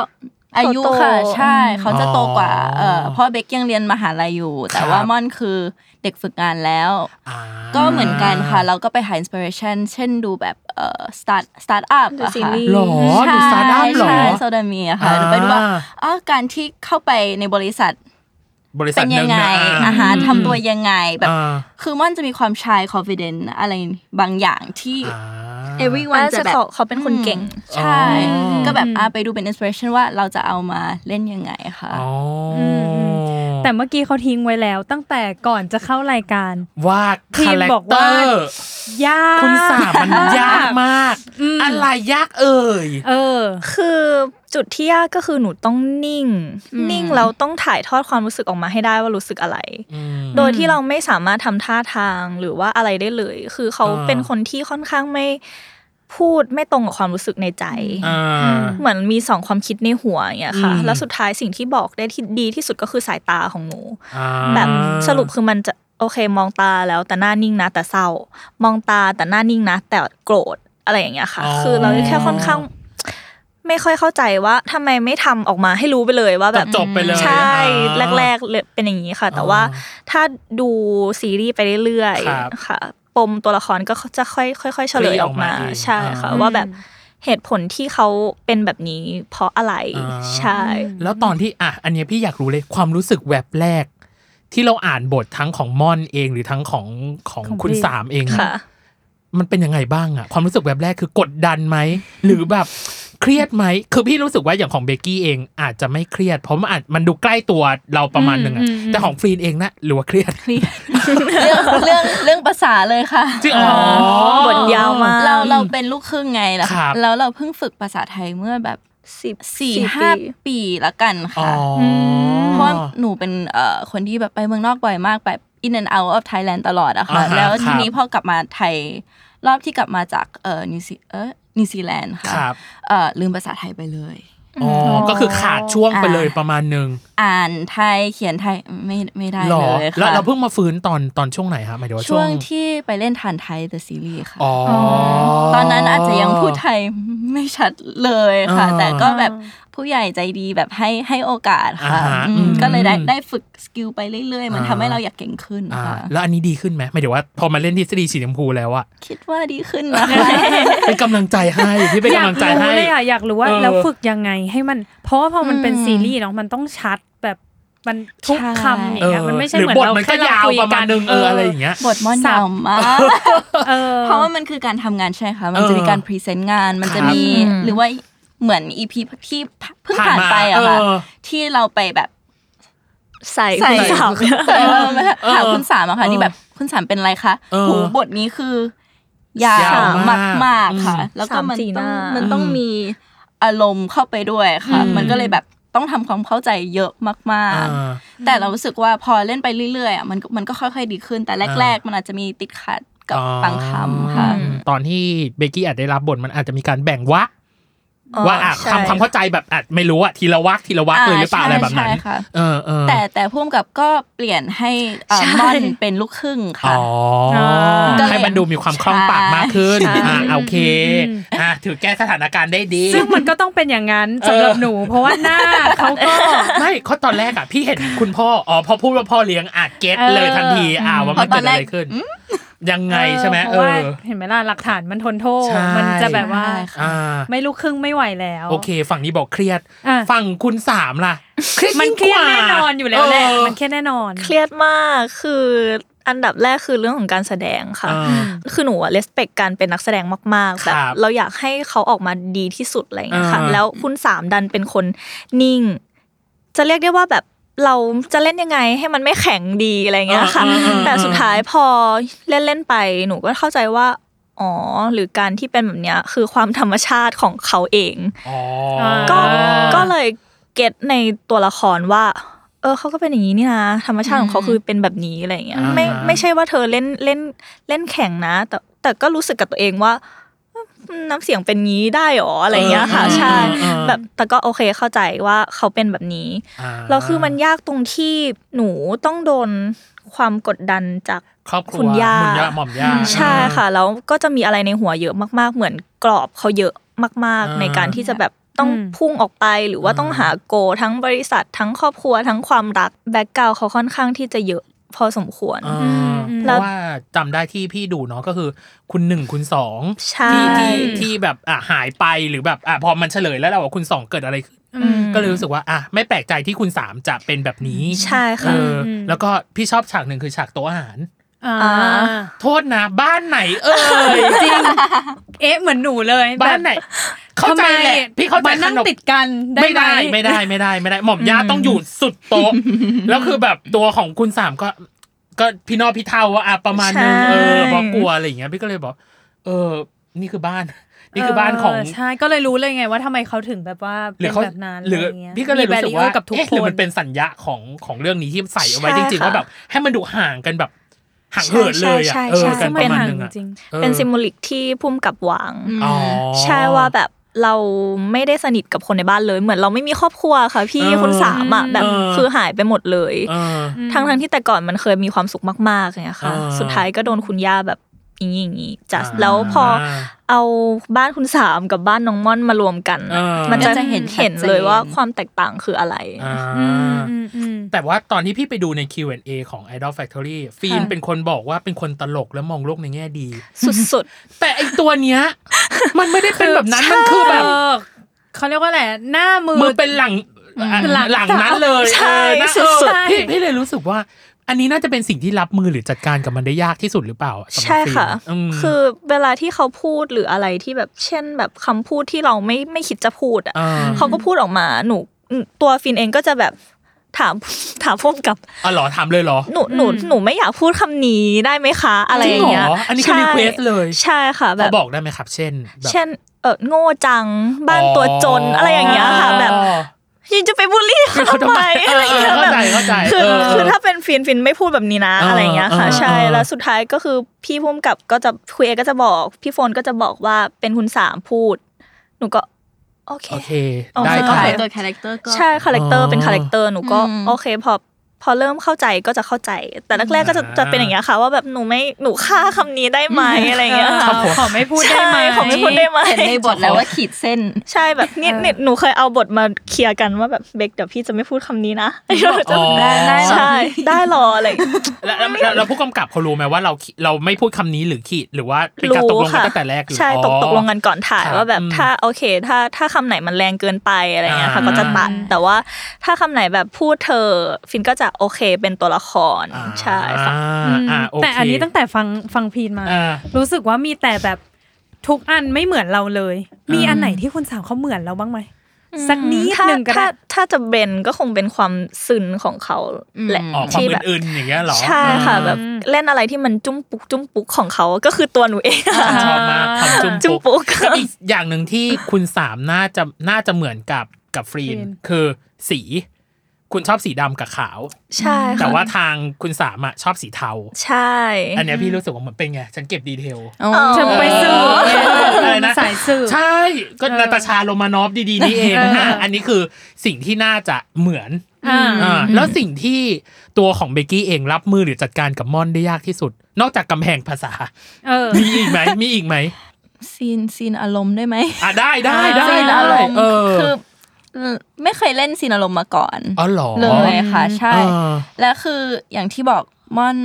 C: อายุ
D: เขาโต
C: ค่ะ ใช่เขาจะโตกว่า
B: อ๋อ
C: เออเพราะเบกยังเรียนมหาลัยอยู่
B: ค
C: แต่
B: รับ
C: ว่ามอนคือเด็กฝึกงานแล้ว
B: อ่า
C: ก็เหมือนกันค่ะ เราก็ไปหา inspiration เช่นดูแบบเอ่อ start start up
D: ดู
C: อะ
D: ซี
C: ค่ะ
D: รี
B: หรอ
D: ส์
B: ดู startup เหรอ
C: ใช่โซดามีอะค่ะ
B: อ่า
C: หนูไปดูว่าอ้าวการที่เข้าไปในบริษัท
B: บริษั
C: เป็
B: ท
C: น
B: ห
C: ยั
B: นึ่
C: ง
B: ง
C: ไง
B: นะ
C: อา
B: อ่า
C: หารทำตัวยังไงแบบ
B: อ่า
C: คือม่อนจะมีความชาย confident อะไรบางอย่างที่
B: อ่า
C: everyone
D: อ่า
C: จะแบบ
D: เขาเขาเป็นคนเก่ง
C: อืมใช่
B: อ๋อ
C: ก็แบบอ่ะไปดูเป็น inspiration ว่าเราจะเอามาเล่นยังไงค่ะ
B: อ๋อ
A: ม
B: อ
A: อื แต่เมื่อกี้เขาทิ้งไว้แล้ว ตั้งแต่ก่อนจะเข้ารายการ
B: ว่า
A: ที
B: คาม แรค
A: บอก
B: เต
A: ว่า
B: อร์
A: ยาก
B: คุณสามมันยากมาก
A: อืม
B: อะไรยากเอ่ย
A: เออ
D: คือจุดที่ยากก็คือหนูต้องนิ่ง
C: อืม
D: นิ่งแล้วต้องถ่ายทอดความรู้สึกออกมาให้ได้ว่ารู้สึกอะไร
B: อืม
D: โดยที่เราไม่สามารถทำท่าทางหรือว่าอะไรได้เลย คือเขา
B: อ่า
D: เป็นคนที่ค่อนข้างไม่พูดไม่ตรงกับความรู้สึกในใจ
B: อ่า
D: เหมือนมีสองความคิดในหัวอย่างเงี้ยค่ะ
B: อืม
D: แล้วสุดท้ายสิ่งที่บอกได้ที่ดีที่สุดก็คือสายตาของหนู
B: อ่า
D: แบบสรุปคือมันจะโอเคมองตาแล้วแต่หน้านิ่งนะ แต่เศร้า มองตาแต่หน้านิ่งนะ แต่โกรธอะไรอย่างเงี้ยค่ะ คือเราแค่ค่อนข้าง ไม่ค่อยเข้าใจว่าทำไมไม่ทำออกมาให้รู้ไปเลยว่าแบบ
B: จบๆไปเลย
D: ใช่
B: อ่า
D: แรกๆเลยเป็นอย่างนี้ค่ะ แต่
B: อ๋อ
D: ว่าถ้าดูซีรีส์ไปเรื่อย
B: ครับ
D: ๆค่ะปมตัวละครก็จะค่อยๆค่อยๆเฉลยออกมา
B: คลี่ออกมาเอง
D: ใช่ค่ะ
B: อ่า
D: ว่าแบบเหตุผลที่เขาเป็นแบบนี้ เพราะอะไร
B: อ่า
D: ใช่
B: แล้วตอนที่อ่ะอันเนี้ยพี่อยากรู้เลยความรู้สึกแวบแรก ที่เราอ่านบททั้งของมอนเองหรือทั้งของของ
A: ของ
B: คุณ
A: พี่
B: สามเองอะ
D: ค่ะ
B: มันเป็นยังไงบ้างอะความรู้สึกแวบแรกคือกดดันไหม หรือแบบเครียดไหม คือพี่รู้สึกว่าอย่างของเบกกี้เองอาจจะไม่เครียด เพราะมันอาจมันดูใกล้ตัวเราประมาณหนึ่งอะ
A: อืมอืมอืม
B: แต่ของฟรีนเองนะหรือว่าเครียด
C: เรื่องเรื่องเรื่องภาษาเลยค่ะ
B: จริงเหรอ
D: บทยาวมาก
C: เราเราเป็นลูกครึ่งไงล่ะ
B: ครับ
C: แล้วเราเพิ่งฝึกภาษาไทยเมื่อแบบ
D: สิบ
C: สี่ห้าปีละกัน
B: อ๋อ
C: ค่ะ
B: อ
C: เพราะว่าหนูเป็นเอ่อคนที่แบบไปเมืองนอกบ่อยมากแบบ in and out of Thailand ตลอดอะค่ะ
B: อ่าฮะ
C: แล้ว
B: ครับ
C: ทีนี้พอกลับมาไทย รอบที่กลับมาจากเอ่อนิวซีเออนิวซีแลนด์
B: ค
C: ค่ะ
B: รับ
C: เอ่อลืมภาษาไทยไปเลย
B: อ๋อก็คือขาดช่วงไปเลยประมาณหนึ่ง
C: อ่านไทยเขียนไทยไม่ไม่ได้
B: หรอ
C: เลย
B: แล้ว
C: ค่ะ
B: เราเพิ่งมาฟื้นตอนตอนช่วงไหนฮะหมายถึงว่า
C: ช่วงที่ไปเล่นทานไทย The Series ค่ะ
B: อ๋อ
C: ตอนนั้นอาจจะยังพูดไทยไม่ชัดเลยค่ะ
B: อ่า
C: แต่ก็แบบผู้ใหญ่ใจดีแบบให้ให้โอกาสค่ะ
B: อ่าฮะ
C: อืม
B: อืม
C: ก็เลยได้ได้ฝึกสกิลไปเรื่อยๆ มัน
B: อ่า
C: ทำให้เราอยากเก่งขึ้น
B: อ่า
C: ค่ะ
B: แล้วอันนี้ดีขึ้นไหมหมายถึงว่าพอมาเล่นทฤษฎีสีชมพูแล้วอะ
C: คิดว่าดีขึ้นนะคะ
B: เป็นกำลังใจให้พี่เป็น
A: อยาก
B: กำลังใจให้
A: รู้เลยอ่ะอยากรู้ว่า
B: เออ
A: แล้วฝึกยังไงให้มัน เพราะว่าพอมันเป็น
C: อืม
A: ซีรีส์เนาะมันต้องชัดแบบมันทุก
C: ใช่
A: คำอย่างเงี้ยมันไม่ใช่
B: หรือ
A: เหมือบ นเรา
B: ทมัน
A: แค่
B: ก็
A: เรา
B: ยาว
A: คุย
B: ประ
A: กั
B: มาณ
A: น
B: นึงเอออะไรอย่างเงี้ย
C: บทม่อน
A: สั
C: ยา
A: บ
C: วมาก
A: เออ
C: เพราะว่ามันคือการทำงานใช่ไหมคะมันจะมีการพรีเซนต์งานมันจะ
B: ครับ
C: มี
D: อืม
C: หรือว่าเหมือนอีพีที่เพิ่งผ่านไปอะ
B: เอ
C: ค่ะ
B: อ
C: ที่เราไปแบบ
D: ใส่
C: ใส่
D: คุณสาว
C: ใส่เพิ่มไหมคะ
B: เออ
C: ถามคุณสามอะค่ะ
B: เออ
C: ที่แบบคุณสามเป็นไรคะ
B: เออ
C: หูบทนี้คือยาย
B: าว
C: ว
B: มาม
C: าก กมากๆค่ะ
B: อืม
C: แล้วก็มัน
D: สามสี่ห
C: ต้อ
D: น้า
C: งมันต้อง
B: อืม
C: มีอารมณ์เข้าไปด้วยค่ะ
B: อืม
C: มันก็เลยแบบต้องทำความเข้าใจเยอะมาก
B: อ่า
C: ๆ แต่เรารู้สึกว่าพอเล่นไปเรื่อยๆอ่ะมันก็มันก็ค่อยๆดีขึ้น แต่แรก ๆ มันอาจจะมีติดขัดกับ
B: อ๋อบ
C: างคำค่ะ
B: อืมตอนที่เบกกี้อาจได้รับบทมันอาจจะมีการแบ่งวะว่าอ่ะ
D: ใช่
B: ทำความเข้าใจแบบอาจไม่รู้อะทีละวักทีละวักเลยหรือเปล่า
C: อ่า
B: อะไรแบบนั้น
C: ใช่ค่ะ
B: เออเออ
C: แต่แต่พ่วงกับก็เปลี่ยนให้เอ่อ
D: ใช่
C: ม่อนเป็นลูกครึ่งค่ะ
B: อ๋อ
C: ก็เลย
B: ให้มันดูมีความคล่องปากมากขึ้น
C: ใช่
B: อ่าโอเค
A: อืม
B: อ่ะถือแก้สถานการณ์ได้ดี
A: ซึ่งมันก็ต้องเป็นอย่างนั้นสำหรับหนู เพราะว่าหน้าเขาก็
B: ไม่เขาตอนแรกอ่ะพี่เห็นคุณพ่ออ๋อพอพูดว่าพ่อเลี้ยงอ่ะเก็ต
A: เออ
B: เลยทันทีอ่าว่ามันเกิดอะไรขึ้น ยัง ไงใช่ไหม
A: เพ
B: เอ
A: ราะว่า
B: อ
A: เห็นไหมล่ะหลักฐานมันทนโทษ
B: ใช่
A: มันจะแบบว่า
C: ใช่ค่ะ
B: อ่า
A: ไม่ลูกครึ่งไม่ไหวแล้ว
B: โอเค ฝั่งนี้บอกเครียด
A: อ่ะ
B: ฝั่งคุณสามล่ะ
A: มันเครียดแน่นอนอยู่แล้วแหละ
B: เ
A: มันเครียดแน่นอน
D: เครียดมากคืออันดับแรกคือเรื่องของการแสดงค่ะ
B: อ่า
D: คือหนูเลสเปกการเป็นนักแสดงมากๆแบบ
B: ครับ
D: เราอยากให้เขาออกมาดีที่สุดอะไรอย่างเงี้ยค่ะ
B: อ่า
D: แล้วคุณสามดันเป็นคนนิ่ง จะเรียกได้ว่าแบบเราจะเล่นยังไงให้มันไม่แข็งดีอะไรเงี้ยค่ะ
B: อ่าอ่าอ่า
D: แต่สุดท้ายพอเล่นเล่นๆไปหนูก็เข้าใจว่าอ๋อหรือการที่เป็นแบบเนี้ยคือความธรรมชาติของเขาเอง
B: อ๋อ
D: ก็
A: อ่า
D: ก็เลยเก็ตในตัวละครว่า เออเขาก็เป็นอย่างนี้นี่นะ ธรรมชาติของเขา
C: อืม
D: คือเป็นแบบนี้อะไรอย่างเงี้ย
B: อ่า
D: ไม่
B: ฮะ
D: ไม่ใช่ว่าเธอเล่น เล่น เล่นแข่งนะ แต่ แต่ก็รู้สึกกับตัวเองว่าอืมน้ำเสียงเป็นงี้ได้หรออะไรอย่างเงี้ยค่ะ ใช่
B: เออเออ
D: แบบ แต่ก็โอเคเข้าใจว่าเขาเป็นแบบนี้
B: า
D: แล้วคือมันยากตรงที่หนูต้องโดนความกดดันจาก
B: ครอบครัว
D: คุณย่า
B: คุณย่าหม่อมย่า
D: ใช่ค่ะแล้วก็จะมีอะไรในหัวเยอะมากๆ เหมือนกรอบเขาเยอะมาก
B: อ่า
D: ๆ ในการที่จะแบบต้อง
A: อืม
D: พุ่งออกไปหรือว่า
B: อ่า
D: ต้องหาโกลทั้งบริษัท ทั้งครอบครัวทั้งความรักแบ็กกราวเขาค่อนข้างที่จะเยอะพอสมควร
B: อ่า
A: อืม
B: เพราะว่าจำได้ที่พี่ดูเนาะก็คือคุณหนึ่งคุณสอง
D: ใช่
B: ที่ที่ที่แบบอ่ะหายไปหรือแบบอ่ะพอมันเฉลยแล้วเราว่าคุณสองเกิดอะไรขึ้น
D: อืม
B: ก็เลยรู้สึกว่าอ่ะไม่แปลกใจที่คุณสามจะเป็นแบบนี้
D: ใช่
B: เอ
D: ค่ะ
B: ออ
A: ม
B: แล้วก็พี่ชอบฉากหนึ่งคือฉากโต๊ะอาหาร
A: อ่า
D: อ่า
B: โทษนะ บ้านไหน เอ่ย
A: จริงเอ๊ะเหมือนหนูเลย
B: บ้านไหน เข้าใจ
A: ทำไม
B: แหละพี่เข้าใจ
A: มานั่ง
B: ขม
A: ติดกันได้
B: ไม่ได้
A: ห
B: ไม่ได้ไม่ได้ไม่ได้ หม่อมย่าต้องอยู่สุดโต๊ะแล้วคือแบบตัวของคุณสามก็ ก็พี่นอพี่เทาว่าอ่ะประมาณนึง
D: ใช่
B: เออบอกกลัวอะไรอย่างเงี้ยพี่ก็เลยบอก เออ นี่คือบ้าน นี่คือบ้านของ
A: เใช่ก็เลยรู้เลยไงว่าทำไมเขาถึงแบบว่า
B: ห
A: เป็
B: รือน เขา
A: แบบนั้น
B: หรือ
A: อะไรเงี้ย
B: พี่ก็เลยรู้สึก
A: มี
B: ว่า
A: barrier กับทุก
B: เอ๊ะ
A: ค
B: หรือน มันเป็นสัญญาของของเรื่องนี้ที่ใส่เอาไว้จ
D: ใช่ค่ะ
B: ริงๆว่าแบบให้มันดูห่างกันแบบห่างเหินเลยอ่ะ
D: ใช่
B: เอ
D: ใช่
B: อ
D: ใช่
B: กันประมาณนึงอ่ะ
A: จริง
B: ออ
D: เป็นซิมโบลิกที่พุ่มกับวาง
B: อ๋อ
D: ใช่ว่าแบบเราไม่ได้สนิทกับคนในบ้านเลย เหมือนเราไม่มีครอบครัวค่ะ พี่
B: เออ
D: คุณสามอ่ะแบบ
B: เออ
D: คือหายไปหมดเลย
B: เออ
D: ทั้งทั้งๆที่แต่ก่อนมันเคยมีความสุขมากๆอย่างเงี้ยค่ะ
B: อ่า
D: สุดท้ายก็โดนคุณย่าแบบอย่างนี้อย่างนี้จัด
B: อ่า
D: แล้วพอเอาบ้านคุณสามกับบ้านน้องม่อนมารวมกัน
B: อ่ามั
D: มันจะ
C: มันจะเห็
D: เห็
C: น
D: น
C: ชัดเจน
D: เห็นเลยว่าความแตกต่างคืออะไร
B: อ่า
A: อืมอืมอืม
B: แต่ว่าตอนที่พี่ไปดูใน Q&A ของ Idol Factory ฟีน
C: ค่ะ
B: เป็นคนบอกว่าเป็นคนตลกและมองโลกในแง่ดี
D: สุด
B: แต่ไอตัวเนี้ย มันไม่ได้เป็นแบบนั้นมันคือแบบ
A: เออเขาเรียกว่าแหละไรหน้ามือ
B: มือเป็นหลังอ่ะ
A: หลัง
B: หลังนั้นเลย
D: ใช่
B: เออนะ
D: สุดๆ
B: เออพี่พี่เลยรู้สึกว่า อันนี้น่าจะเป็นสิ่งที่รับมือหรือจัดการกับมันได้ยากที่สุดหรือเปล่าอะสำหรับ
D: ใช่
B: ฟิล์ม
D: ค่ะ
B: อืม
D: คือเวลาที่เขาพูดหรืออะไรที่แบบเช่นแบบคำพูดที่เราไม่ไม่คิดจะพูดอ่ะ
B: อ่า
D: เขาก็พูดออกมาหนูตัวฟินเองก็จะแบบถาม ถามพุ่มกับ
B: อ๋อเหรอถามเลยเหรอ
D: หนูหนูหนูไม่อยากพูดคำนี้ได้ไหมคะ อะไรอย่างเงี้ย
B: จริงเหรออันนี้คือ
D: ใช่
B: request เลย
D: ใช่ค่ะแบ
B: เขา
D: บ
B: บอกได้ไหมครับ เช่นแบบ
D: เช่นเออโง่จังบ้านตัวจนอะไรอย่างเงี้ยค่ะ แบบ
B: อ๋อ
D: ยังจะไปบูลลี่เขาทำไมอะไรอย่างเงี้ย
B: เข้า
D: แบบ
B: ใจเข้าใจ
D: คือ
B: เออ
D: คือถ้าเป็นฟินฟินไม่พูดแบบนี้นะ
B: เอออ
D: อะไรอย่างเงี้ยค่ะ
B: เออ
D: ใช่
B: เออ
D: แล้วสุดท้ายก็คือพี่พุ่มกับก็จะคุยเอก็จะบอก พี่โฟนก็จะบอกว่าเป็นคุณสามพูด หนูก็ โอเค
B: โอเค
D: โอเค
B: ได้ครับ
C: ใช่ตัวคาแรคเตอร์ก็
D: ใช่คาแรคเตอ
B: อ๋
D: ร์
B: อ
D: เป็นคาแรคเตอร์หนูก็
C: อืม
D: โอเคพอพอเริ่มเข้าใจก็จะเข้าใจ แต่แรกๆก็จะ
B: อ่า
D: จะเป็นอย่างเงี้ยค่ะ ว่าแบบหนูไม่หนูฆ่าคำนี้ได้ไหมอะไรเงี้ย
A: ขอขอไม่พูดได้ไหม
D: ใช่ขอไม่พูดได้ไหม
C: เห็นในบทแล้วว่าขีดเส้น
D: ใช่แบบนี่นี่หนูเคยเอาบทมาเคลียร์กันว่าแบบเบคเดี๋ยวพี่จะไม่พูดคำนี้นะ
B: อ๋อ
C: ได้ได้เหรอ
D: ใช่ได้หรออะไรอย่างเงี้ย
B: แล้วแล้วแล้วแล้วผู้กำกับเขารู้ไหมว่าเราขีเราไม่พูดคำนี้หรือขีดหรือว่าเป็นการตกลงกัน
D: ค่ะ
B: ตั้งแต่แรกหรือ
D: ใช่
B: อ๋อ
D: ตกตกลงกันก่อนถ่าย
B: ครับ
D: ว่าแบบ
B: อืม
D: ถ้าโอเค ถ้าถ้าคำไหนมันแรงเกินไปอะไรเงี้ยค่ะ
B: อ่า
D: ก็จะตัด
A: อืม
D: แต่ว่าถ้าคำไหนแบบพูดเธอ ฟินก็จะโอเคเป็นตัวละคร
B: อ่า
D: ใช่ค่ะ
A: อืม
B: อ่าโเค
A: แต่อันนี้ตั้งแต่ฟังฟังพีนมา
B: อ่า
A: รู้สึกว่ามีแต่แบบทุกอันไม่เหมือนเราเลย มีอันไหนที่คุณสาวเขาเหมือนเราบ้างไหม สักนิด
D: ถ้า
A: หนึ่งก็
D: ถ้า
A: ได้
D: ถ้าจะเบนก็คงเป็นความซึนของเขาแหละ
C: อืม
B: ออกความ
D: ที่แบบ
B: อื่นๆอย่างเงี้ยเหรอ
D: ใช่ค่ะแบบ
A: อืม
D: เล่นอะไรที่มันจุ้มปุกจุ้มปุกของเขาก็คือตัวหนูเอง
B: อ่าชอบมากความจุ่ม
D: จุ้ม
B: ปุ๊ก
D: ปุก
B: กับอีกอย่างหนึ่งที่คุณสามน่าจะน่าจะเหมือนกับกับฟรี
A: ฟ
B: น
A: รีน
B: คือสี คุณชอบสีดำกับขาว
D: ใช่
B: แต่
D: ค่ะ
B: ว่าทางคุณสามอะชอบสีเทา
D: ใช่
B: อันเนี้ยพี่รู้สึกว่าเหมือนเป็นไง ฉันเก็บดีเทล
A: เธอไปสืบ
B: เอออะไรนะ
A: สายสืบ
B: ใช่ ก็นาตาชาโรมานอฟดีๆนี่เอง
A: เอออ่
B: ะอันนี้คือสิ่งที่น่าจะเหมือน
A: อ่า
B: อ่าแล้วสิ่งที่ตัวของเบกกี้เองรับมือหรือจัดการกับมอนได้ยากที่สุด นอกจากกำแพงภาษา
A: เออ
B: มีอีกไหมมีอีกไหม
C: ซีนซีนอารมณ์ได้ไหม
B: อ่ะได้ได้ได้
C: ซีนอารมณ์
B: เออ
C: คือไม่เคยเล่นซีนอารมณ์มาก่อน
B: อ๋อเหรอ
C: เลยค่ะ ใช่
B: เออ
C: และคืออย่างที่บอกม่อน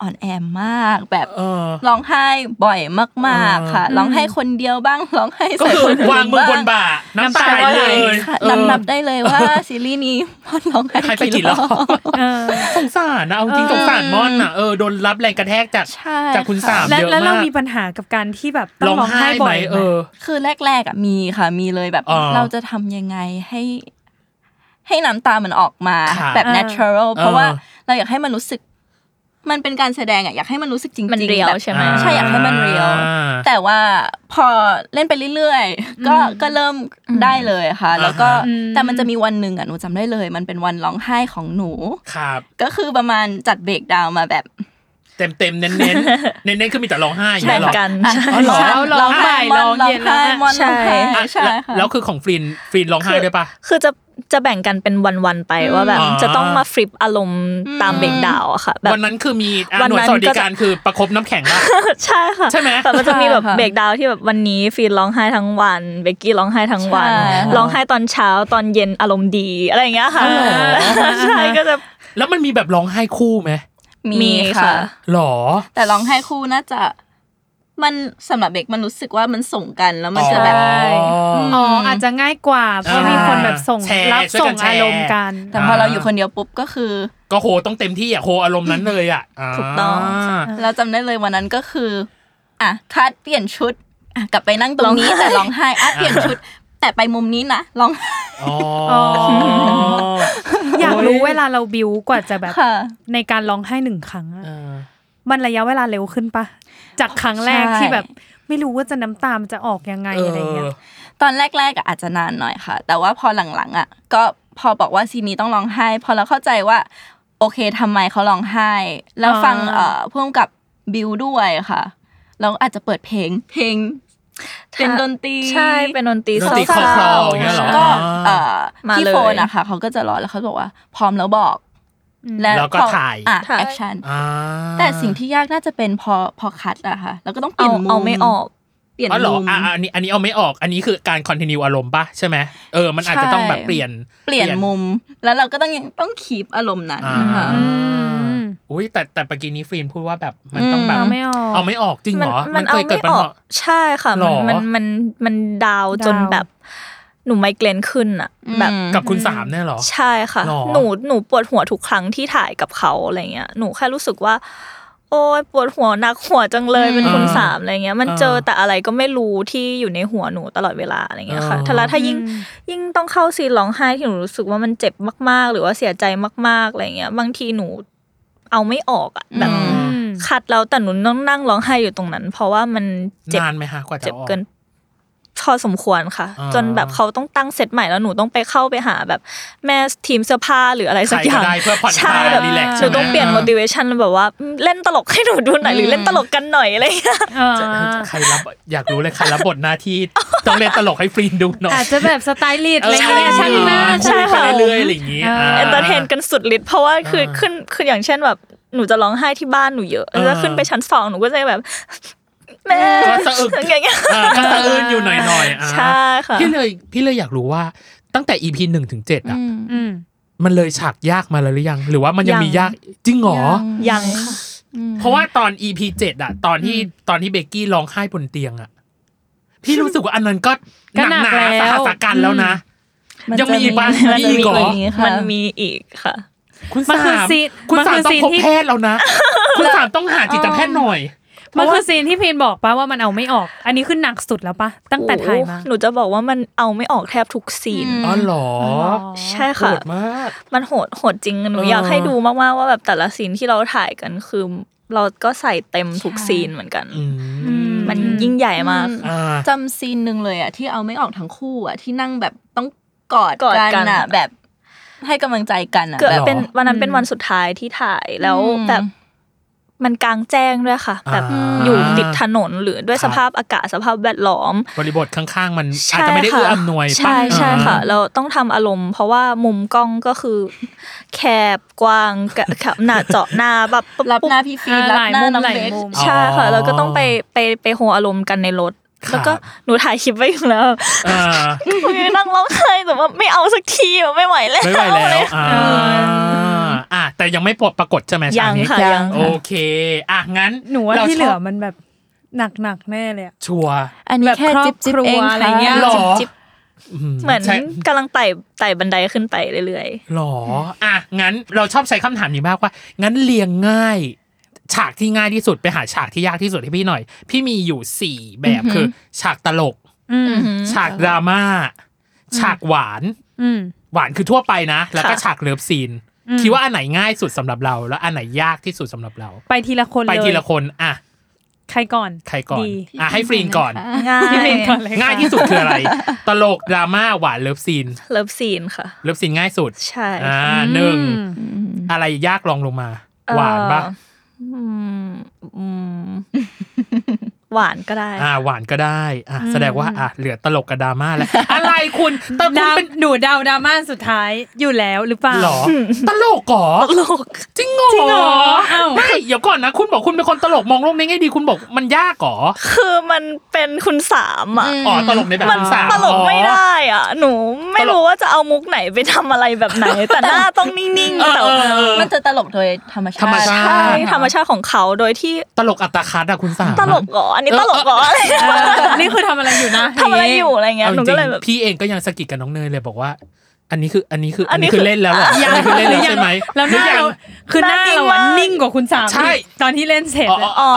C: อ่อนแอมากแบบ
B: เออ
C: ร้องไห้บ่อยมาก
B: เออ
C: ๆค่ะร้องไห้คนเดียวบ้าง ร้องไห้
B: ก็
C: ใส่
B: คือ
C: คนอื่น
B: วางมือบน
C: บ้าง
B: บ่าน้ำตาไหลเลย
C: ค่ะ
B: เออ
C: นับนับได้เลยว่า ซีรีส์นี้ม่อนร้องไห้
B: ใครไปกี่รอบ
A: เออ
B: สงสารนะเอาจริง
A: เออ
B: สงสารมอนอ่ะเออโดนรับแรงกระแทกจาก
C: ใช่
B: จากคุณ
C: ะ
B: สาม
A: แล้ว
B: เยอะ
A: แล้วเรา
B: มาก
A: มีปัญหากับการที่แบบต้
B: ร้
A: อ
B: อง ง
A: ร้อง
B: ไห้
A: ไห้
B: ไหม
A: บ่อยไหม
B: เออ
C: คือแรกๆอะมีค่ะ มีเลยแบบ
B: อ่า
C: เราจะทำยังไงให้ ให้น้ำตามันออกมา
B: ค่ะ
C: แบบ
A: อ่า
C: natural เพราะ
B: อ่า
C: ว่าเราอยากให้มันรู้สึก มันเป็นการแสดงอะอยากให้มันรู้สึกจริงๆ
D: มันเรียว
C: แบบ
D: ใช่ไหม
C: ใช่อยากให้มันเรียว
B: อ่า
C: แต่ว่าพอเล่นไปเรื่อยๆ ก็
A: อืม
C: ก็เริ่มได้เลยค่ะ
B: อ่าฮะ
C: แล้วก็
A: อืม
C: แต่มันจะมีวันหนึ่งอ่ะหนูจำได้เลย มันเป็นวันร้องไห้ของหนู
B: ครับ
C: ก็คือประมาณจัดเบรกดาวน์มาแบบ
B: เต็มเต็มๆเน้นเน้นๆเน้นเน้นๆคือมีแต่ร้องไห้อย่าง
D: เห
B: เงี้เหร
D: มือยน
B: อ
D: กัน
B: อ๋อเหรอ
C: ใช่
A: ร้องบ่าย
C: ม
A: ร้องเย็น
C: ร้องไห้
A: แล้วนะ
C: มอน
D: ใช่
C: ร้องไห้
B: อ่ะ
C: ใช่
B: แล้ว
C: ค่ะ
B: แล้วคือของฟรีนฟรีนร้องไห้
D: คือ
B: ด้วยปะ
D: คือจะจะแบ่งกันเป็นวันๆไปว่าแบบ
B: อ๋อ
D: จะต้องมาฟลิปอารมณ์ตาม
C: อืม
D: เบรกดาวน์อะค่ะ แบบ
B: วันนั้นคือมีอ่ะ
D: วัน
B: หน่วย
D: นั้น
B: สวัสดิการ
D: ก็จะ
B: คือประคบน้ำแข็งอะ
D: ใช่ค่ะ
B: ใช่ไหม
D: แต่มันจะมีแบบ
C: ใช่ค่ะ
D: เบรกดาวน์ที่แบบวันนี้ฟีนร้องไห้ทั้งวันเบกกี้ร้องไห้ทั้งวัน
C: ใช่ค่ะ
D: ร้องไห้ตอนเช้าตอนเย็นอารมณ์ดีอะไรอย่างเงี้ยค่ะ
B: อ๋อ
D: ใช่ก็จะ
B: แล้วมันมีแบบร้องไห้คู่ไหม
C: มีค่ะ
B: หรอ
C: แต่ร้องไห้คู่น่าจะ มันสำหรับเบรกมันรู้สึกว่ามันส่งกันแล้วมันจะ
B: อ๋อ
C: แบบ
A: อ๋ออาจจะง่ายกว่า เพราะมีคนแบบส่ง
B: แชร์
A: รับ
B: ช่วย
A: ส่
B: กั
A: ง
B: นแชร์
A: อารมณ์กัน
C: แต่พอเราอยู่คนเดียวปุ๊บก็คือ
B: ก็โหต้องเต็มที่อะโหอารมณ์นั้นเลยอะ
D: ถูกต้อง
B: า
C: เราจำได้เลยวันนั้นก็คือ อ่ะคัดเปลี่ยนชุดอ่ะกลับไปนั่งตร
D: ร้
C: ง
D: อง
C: นี้
D: ไห้
C: แต่ร้องไห้อ่ะเปลี่ยนชุด แต่ไปมุมนี้นะร้องไห้
B: อ๋อ
A: อ อยากรู้เวลาเราบิวกว่าจะแบบ
C: ค่ะ
A: ในการร้องไห้หนึ่งครั้งอะ
B: เออ
A: มันระยะเวลาเร็วขึ้นปะจากครั้งแรก
C: ใช่
A: ที่แบบไม่รู้ว่าจะน้ำตามนจะออกยังไงอะไรเงี้ย
C: ตอนแรกๆอ่ะอาจจะนานหน่อยค่ะ แต่ว่าพอหลังๆอ่ะ ก็พอบอกว่าซีนนี้ต้องร้องไห้ พอเราเข้าใจว่า โอเคทำไมเขาร้องไห้ แล้วฟัง
A: อ่า
C: เอ่อพ่วงกับบิวด้วยค่ะเราอาจจะเปิดเพลง เพลงเป็นดนตรี
D: ใช่เป็นดนตรี
B: ดน
D: เศร้า
B: ตรี
D: ๆ
B: คลอๆอย่างเงี้ยเหรอ
C: ก็เอ่อ
D: มา
C: ที่
D: เลย
C: โฟนอะค่ะเขาก็จะรอแล้วเขาบอกว่า พร้อมแล้วบอก
B: แล้วก็
C: พอ
B: ถ่าย
C: อ่ะ
D: ถ่าย
C: แอคชั่น
B: อ่า
C: แต่สิ่งที่ยากน่าจะเป็นพอพอคัดอะค่ะ แล้วก็ต้องเป
D: เอา
C: ลี่ยนมุม
D: เอาไม่ออก
C: เปลี่ยน
B: อ๋อเหรอ
C: มุม
B: อ่ะอ่ะอันนี้อันนี้เอาไม่ออก อันนี้คือการคอนติเนียอารมณ์ปะใช่ไหมเออ มันอาจจะต้องแบบ
C: ใช่
B: เปลี่ยน
C: เปลี่ยนมุม แล้วเราก็ต้องยังต้องคีบอารมณ์นั้น
B: อ่า
C: ค่ะ
A: ม
B: อุ้ยแต่แต่ปกี้นี้ฟิล์มพูดว่าแบบมันต้องแบบ
C: อื
A: เอาไม่ออก
B: เอาไม่ออกจริงเหรอ
D: มั
B: มัน น
D: เอา
B: เคยเกิ
D: ไม่
B: ดปัญ
D: ออ
B: หา
D: กใช่ค่ะ
B: หรอ
D: มันมันมันดาวจน
A: ดาว
D: แบบหนูไมเกรนขึ้นอะแบบ
C: อืม
B: กับคุณสามเนี่ยเหรอ
D: ใช่ค่ะ
B: หรอ
D: หนูหนูปวดหัวทุกครั้งที่ถ่ายกับเขาอะไรเงี้ยหนูแค่รู้สึกว่า โอ้ยปวดหัวหนักหัวจังเลย
C: อืม
D: เป็นคนสามอะไรเงี้ย มัน
B: อ่า
D: เจอแต่อะไรก็ไม่รู้ที่อยู่ในหัวหนูตลอดเวลาอะไรเงี้ยค่ะ
B: อ่า
D: ทละถ้ายิ่งยิ่งต้องเข้าซีนร้องไห้ที่หนูรู้สึกว่ามันเจ็บมาก ๆ หรือว่าเสียใจมากๆอะไรเงี้ย บางทีหนูเอาไม่ออกอะแบบ
C: อืม
A: อืม
D: คัดแล้วแต่หนูต้องนั่งร้องไห้อยู่ตรงนั้น เพราะว่ามันเจ็บ
B: นานไหมฮะกว่าจะ
D: เจ็บ
B: ออก
D: เกิน พอสมควรค่ะ
B: อ่า
D: จนแบบเขาต้องตั้งเซตใหม่แล้วหนูต้องไปเข้าไปหาแบบแม่ทีมเสื้อผ้าหรืออะไร
B: ใค
D: สั
B: ร
D: กอ
B: ก็
D: ย่าง
B: ได้เพื่อผ่อนค
D: ใช่
B: ลาย
D: แบบ
B: รีแลกซ์
D: ห
B: ใช่ไหม
D: นูต้องเปลี่ยน motivation แบบว่าเล่นตลกให้หนูดูหน่อยหรือเล่นตลกกันหน่อยอะไรอย่างเงี้ย
A: อ่า
B: จะใครรับอยากรู้เลยใครรับบทหน้าที่ ต้องเล่นตลกให้ฟรีนดูหน่อย
A: อาจจะแบบสไตลิสต์อะไรอย่างเงี้ย
B: ออ
A: ช่างหน้า
D: ใช่
A: ช่าง
B: คุยไปเรื่อยๆอะไรอย่างงี้
A: เอออ่
B: า
D: เอนเตอร์เทนกันสุดฤทธิ์เพราะว่าคือ
B: อ่า
D: ขึ้นคืออย่างเช่นแบบหนูจะร้องไห้ที่บ้านหนูเยอะ
B: อ่า
D: แล้วขึ้นไปชั้นสองหนูก็จะแบบ แม่
B: ก็สะอึก
D: อย่างเงี้ย
B: อ่าก็สะอื้นอยู่หน่อยๆอ่า
D: ใช่ค่ะ
B: พี่เลยพี่เลยอยากรู้ว่าตั้งแต่ EP หนึ่งถึงเจ็ดอ่ะ
A: อืม
B: มันเลยฉากยากมาแล้วหรือยัง หรือว่ามันยัง
D: ยัง
B: มียากจริงเหรอ
D: ยังค่ะ
B: เพราะว่าตอน EP เจ็ดอ่ะ ตอนที่ตอนที่เบกกี้ร้องไห้บนเตียงอ่ะ พี่รู้สึกว่าอันนั้นก็
A: ก็หนัก
B: หนา
A: แล้
B: สาว หัสกันแล้วนะ
C: มัน
B: ยัง
C: จะ
B: มีอีกปะ
C: มันจะ
B: มีอี
C: มี
B: กเหรอ
C: กว่านี้ค่ะ
D: มันมีอีกค่ะ
B: คุณ
A: มันคือ
B: สาม
A: ซีน
B: คุณ
A: มัน
B: สา
A: คือ
B: มต้อ
A: ซี
B: ง
A: น
B: พบ
A: ที่
B: แพทย์แล้วนะ คุณสามต้องหาจิตแพทย์หน่อย
A: มันคือซีนที่พีนบอกปะว่ามันเอาไม่ออก อันนี้คือหนักสุดแล้วปะตั้งแต่ถ่ายมา
D: โอ้หนูจะบอกว่ามันเอาไม่ออกแทบทุกซีน
B: อ๋อเหรอ
D: ใช่
B: โห
D: ค่ะ
B: ดมาก
D: มันโหดโหดจริงหนู
B: เอออ
D: อยากให้ดูมากๆว่าแบบแต่ละซีนที่เราถ่ายกันคือ เราก็ใส่เต็มทุกซีนเหมือนกัน
B: อืม
D: มันยิ่งใหญ่มาก
B: อ่า
C: จำซีนหนึ่งเลยอ่ะที่เอาไม่ออกทั้งคู่อ่ะที่นั่งแบบต้องกอด
D: กอดกั
C: กัน นอ่ะ
D: อะ
C: แบบให้กำลังใจกันอ่ะ
D: เกิด
C: แบบ
D: เป็น
B: หรอ
D: วันนั้นเป็นวันสุดท้ายที่ถ่ายแล้ว
C: อืม
D: แบบมันกลางแจ้งด้วยค่ะ แบบ
B: อ่า
D: อยู่ติดถนนหรือด้วย
B: ครับ
D: สภาพอากาศสภาพแวดล้อม
B: บริบทข้างๆ มันอาจ
D: ใช่
B: จะไม่ได้
D: ค่ะ
B: เอื้ออำนวยปะ
D: ใช่ใช่ค่ะ
B: อ่า
D: เราต้องทำอารมณ์ เพราะว่ามุมกล้องก็คือ แคบกว้างกะขับหน้าเจาะหน้าแบบปุ๊บ
C: รับ
D: ปุ๊บ
C: หน้าพี่ฟีน
A: อ่า
C: รับ
A: หลาย
C: หน้า
A: มุม
C: น้อง
A: หลาย
C: เบส
A: มุม
D: ใช่ค่ะ
B: อ๋อ
D: เราก็ต้องไปไปไปโฮอารมณ์กันในรถ
B: ครับ
D: แล้วก็หนูถ่ายคลิปไว้อยู่แล้ว
B: อ่า
D: นั่งร้องไห้แต่ว่าไม่เอาสักทีแบบไม่ไหวแล้ว
B: ไม่ไหวแล้วอ่า
A: เออ
B: อ่ะแต่ยังไม่ปลดปรากฏใช่ไหม
D: ยั
B: ฉาก
D: ง
B: นี้
D: ค่ะยัง
B: โอเค อ่ะงั้น
A: หนูว่าที่เหลือ
B: ราชบ
A: มันแบบหนักหนักๆแน่เลยอะ
B: ชัวร์
C: อันนี้
A: แบบ
C: แค่
A: ครอบ
C: จิ๊บจิ๊บ
A: ครัว
C: เอง
A: อะไร
C: ค่ะ
A: เงี้ย
B: หรอ
C: จิ๊บ
D: เหมือน
B: ใช่
D: กำลังไต่ไต่บันไดขึ้นไปเรื่อย
B: หรออ่ะงั้นเราชอบใช้คำถามนี้มากว่า งั้นเรียงง่าย ฉากที่ง่ายที่สุดไปหาฉากที่ยากที่สุดให้พี่หน่อย พี่มีอยู่สี่แบบ
C: อือหือ
B: คือ ฉากตลก
A: อืม
D: ๆ
B: ฉากดราม่าฉากหวาน
A: อืม
B: หวานคือทั่วไปนะ แล้วก็
D: ค่ะ
B: ฉากเลิฟซีน
A: อืม
B: คิดว่าอันไหนง่ายสุดสำหรับเรา แล้วอันไหนยากที่สุดสำหรับเรา
A: ไปทีละคนเลย
B: ไปทีละคนอ่ะ
A: ใครก่อน
B: ใครก่อน
A: ดี
B: อ่ะให้ฟรีนก่อน
D: ง่า
A: พี่เม
D: ย
A: นก่อนเลย
B: ง่ายที่สุดคืออะไร ตลกดราม่าหวานเลิฟซีน
D: เลิฟซีนค่ะ
B: เลิฟซีนง่ายสุด
D: ใช่
B: อ่า
D: ค่ะ
B: หนึ่ง
A: อืม
B: อะไรยากรองลงมา หวานปะ
D: อืมอืม หวานก็ได้
B: อ่าหวานก็ได้อ่ะแสดงว่าอ่ะเหลือตลกกับดราม่าแล้วอะไรคุณตลก
A: ดาว
B: เป็น
A: หนูเดาวดราม่าสุดท้ายอยู่แล้วหรือเปล่า
B: หรอตลกเหรอ
D: โลก
B: จริงเหร
A: จริงเหรอ
B: อ
A: อ้าว
B: ไม่เดี๋ยวก่อนนะ คุณบอกคุณเป็นคนตลกมองโลกในแง่ดีคุณบอกมันยากเหรอ
D: คือมันเป็นคุณสามอ่ะ
B: อ๋อตลกในแบบ
D: มัน
B: สาม
D: ตลกไม่
B: อ๋อ
D: ได้อ่ะ หนูไม่
B: ตลก
D: รู้ว่าจะเอามุกไหนไปทำอะไรแบบ ไหน แต่หน้าต้องนิ่ง
B: เออ
D: ๆแต่
B: เอ
D: ว่า
B: อเออ
C: มันจะตลกโดยธรรมชาติ
B: ธรรมชาติ
D: ใช่
B: อ่า
D: ธรรมชาติของเขาโดยที่
B: ตลกอัตคัดอะคุณสาม
D: ตลกเหรออัน
B: เอ
D: นี้
B: อ
D: ตลกเหรออะไร
A: เออนี่คือทำอะไรอยู่นะ
D: ทำอะไรอยู่อะไรเงี้ย
B: อา
D: หนู
B: จริ
D: ก็เลยแบบ
B: พี่เองก็ยังสะกิดกับน้องเนยเลยบอกว่า อันนี้คืออันนี้คืออัน
D: อันนี้
B: นี้
D: คื
B: คือ
D: อ
B: เล่นแล้วเหรออันนี้คือเล่นแล้วใช่ไหม
A: แล้วหน้าเราคือหน้าเราอะนิ่งกว่าคุณสาม
B: ใช่
A: ตอนที่เล่นเสร็จ
B: อ๋อ
A: อะ
B: อ๋อ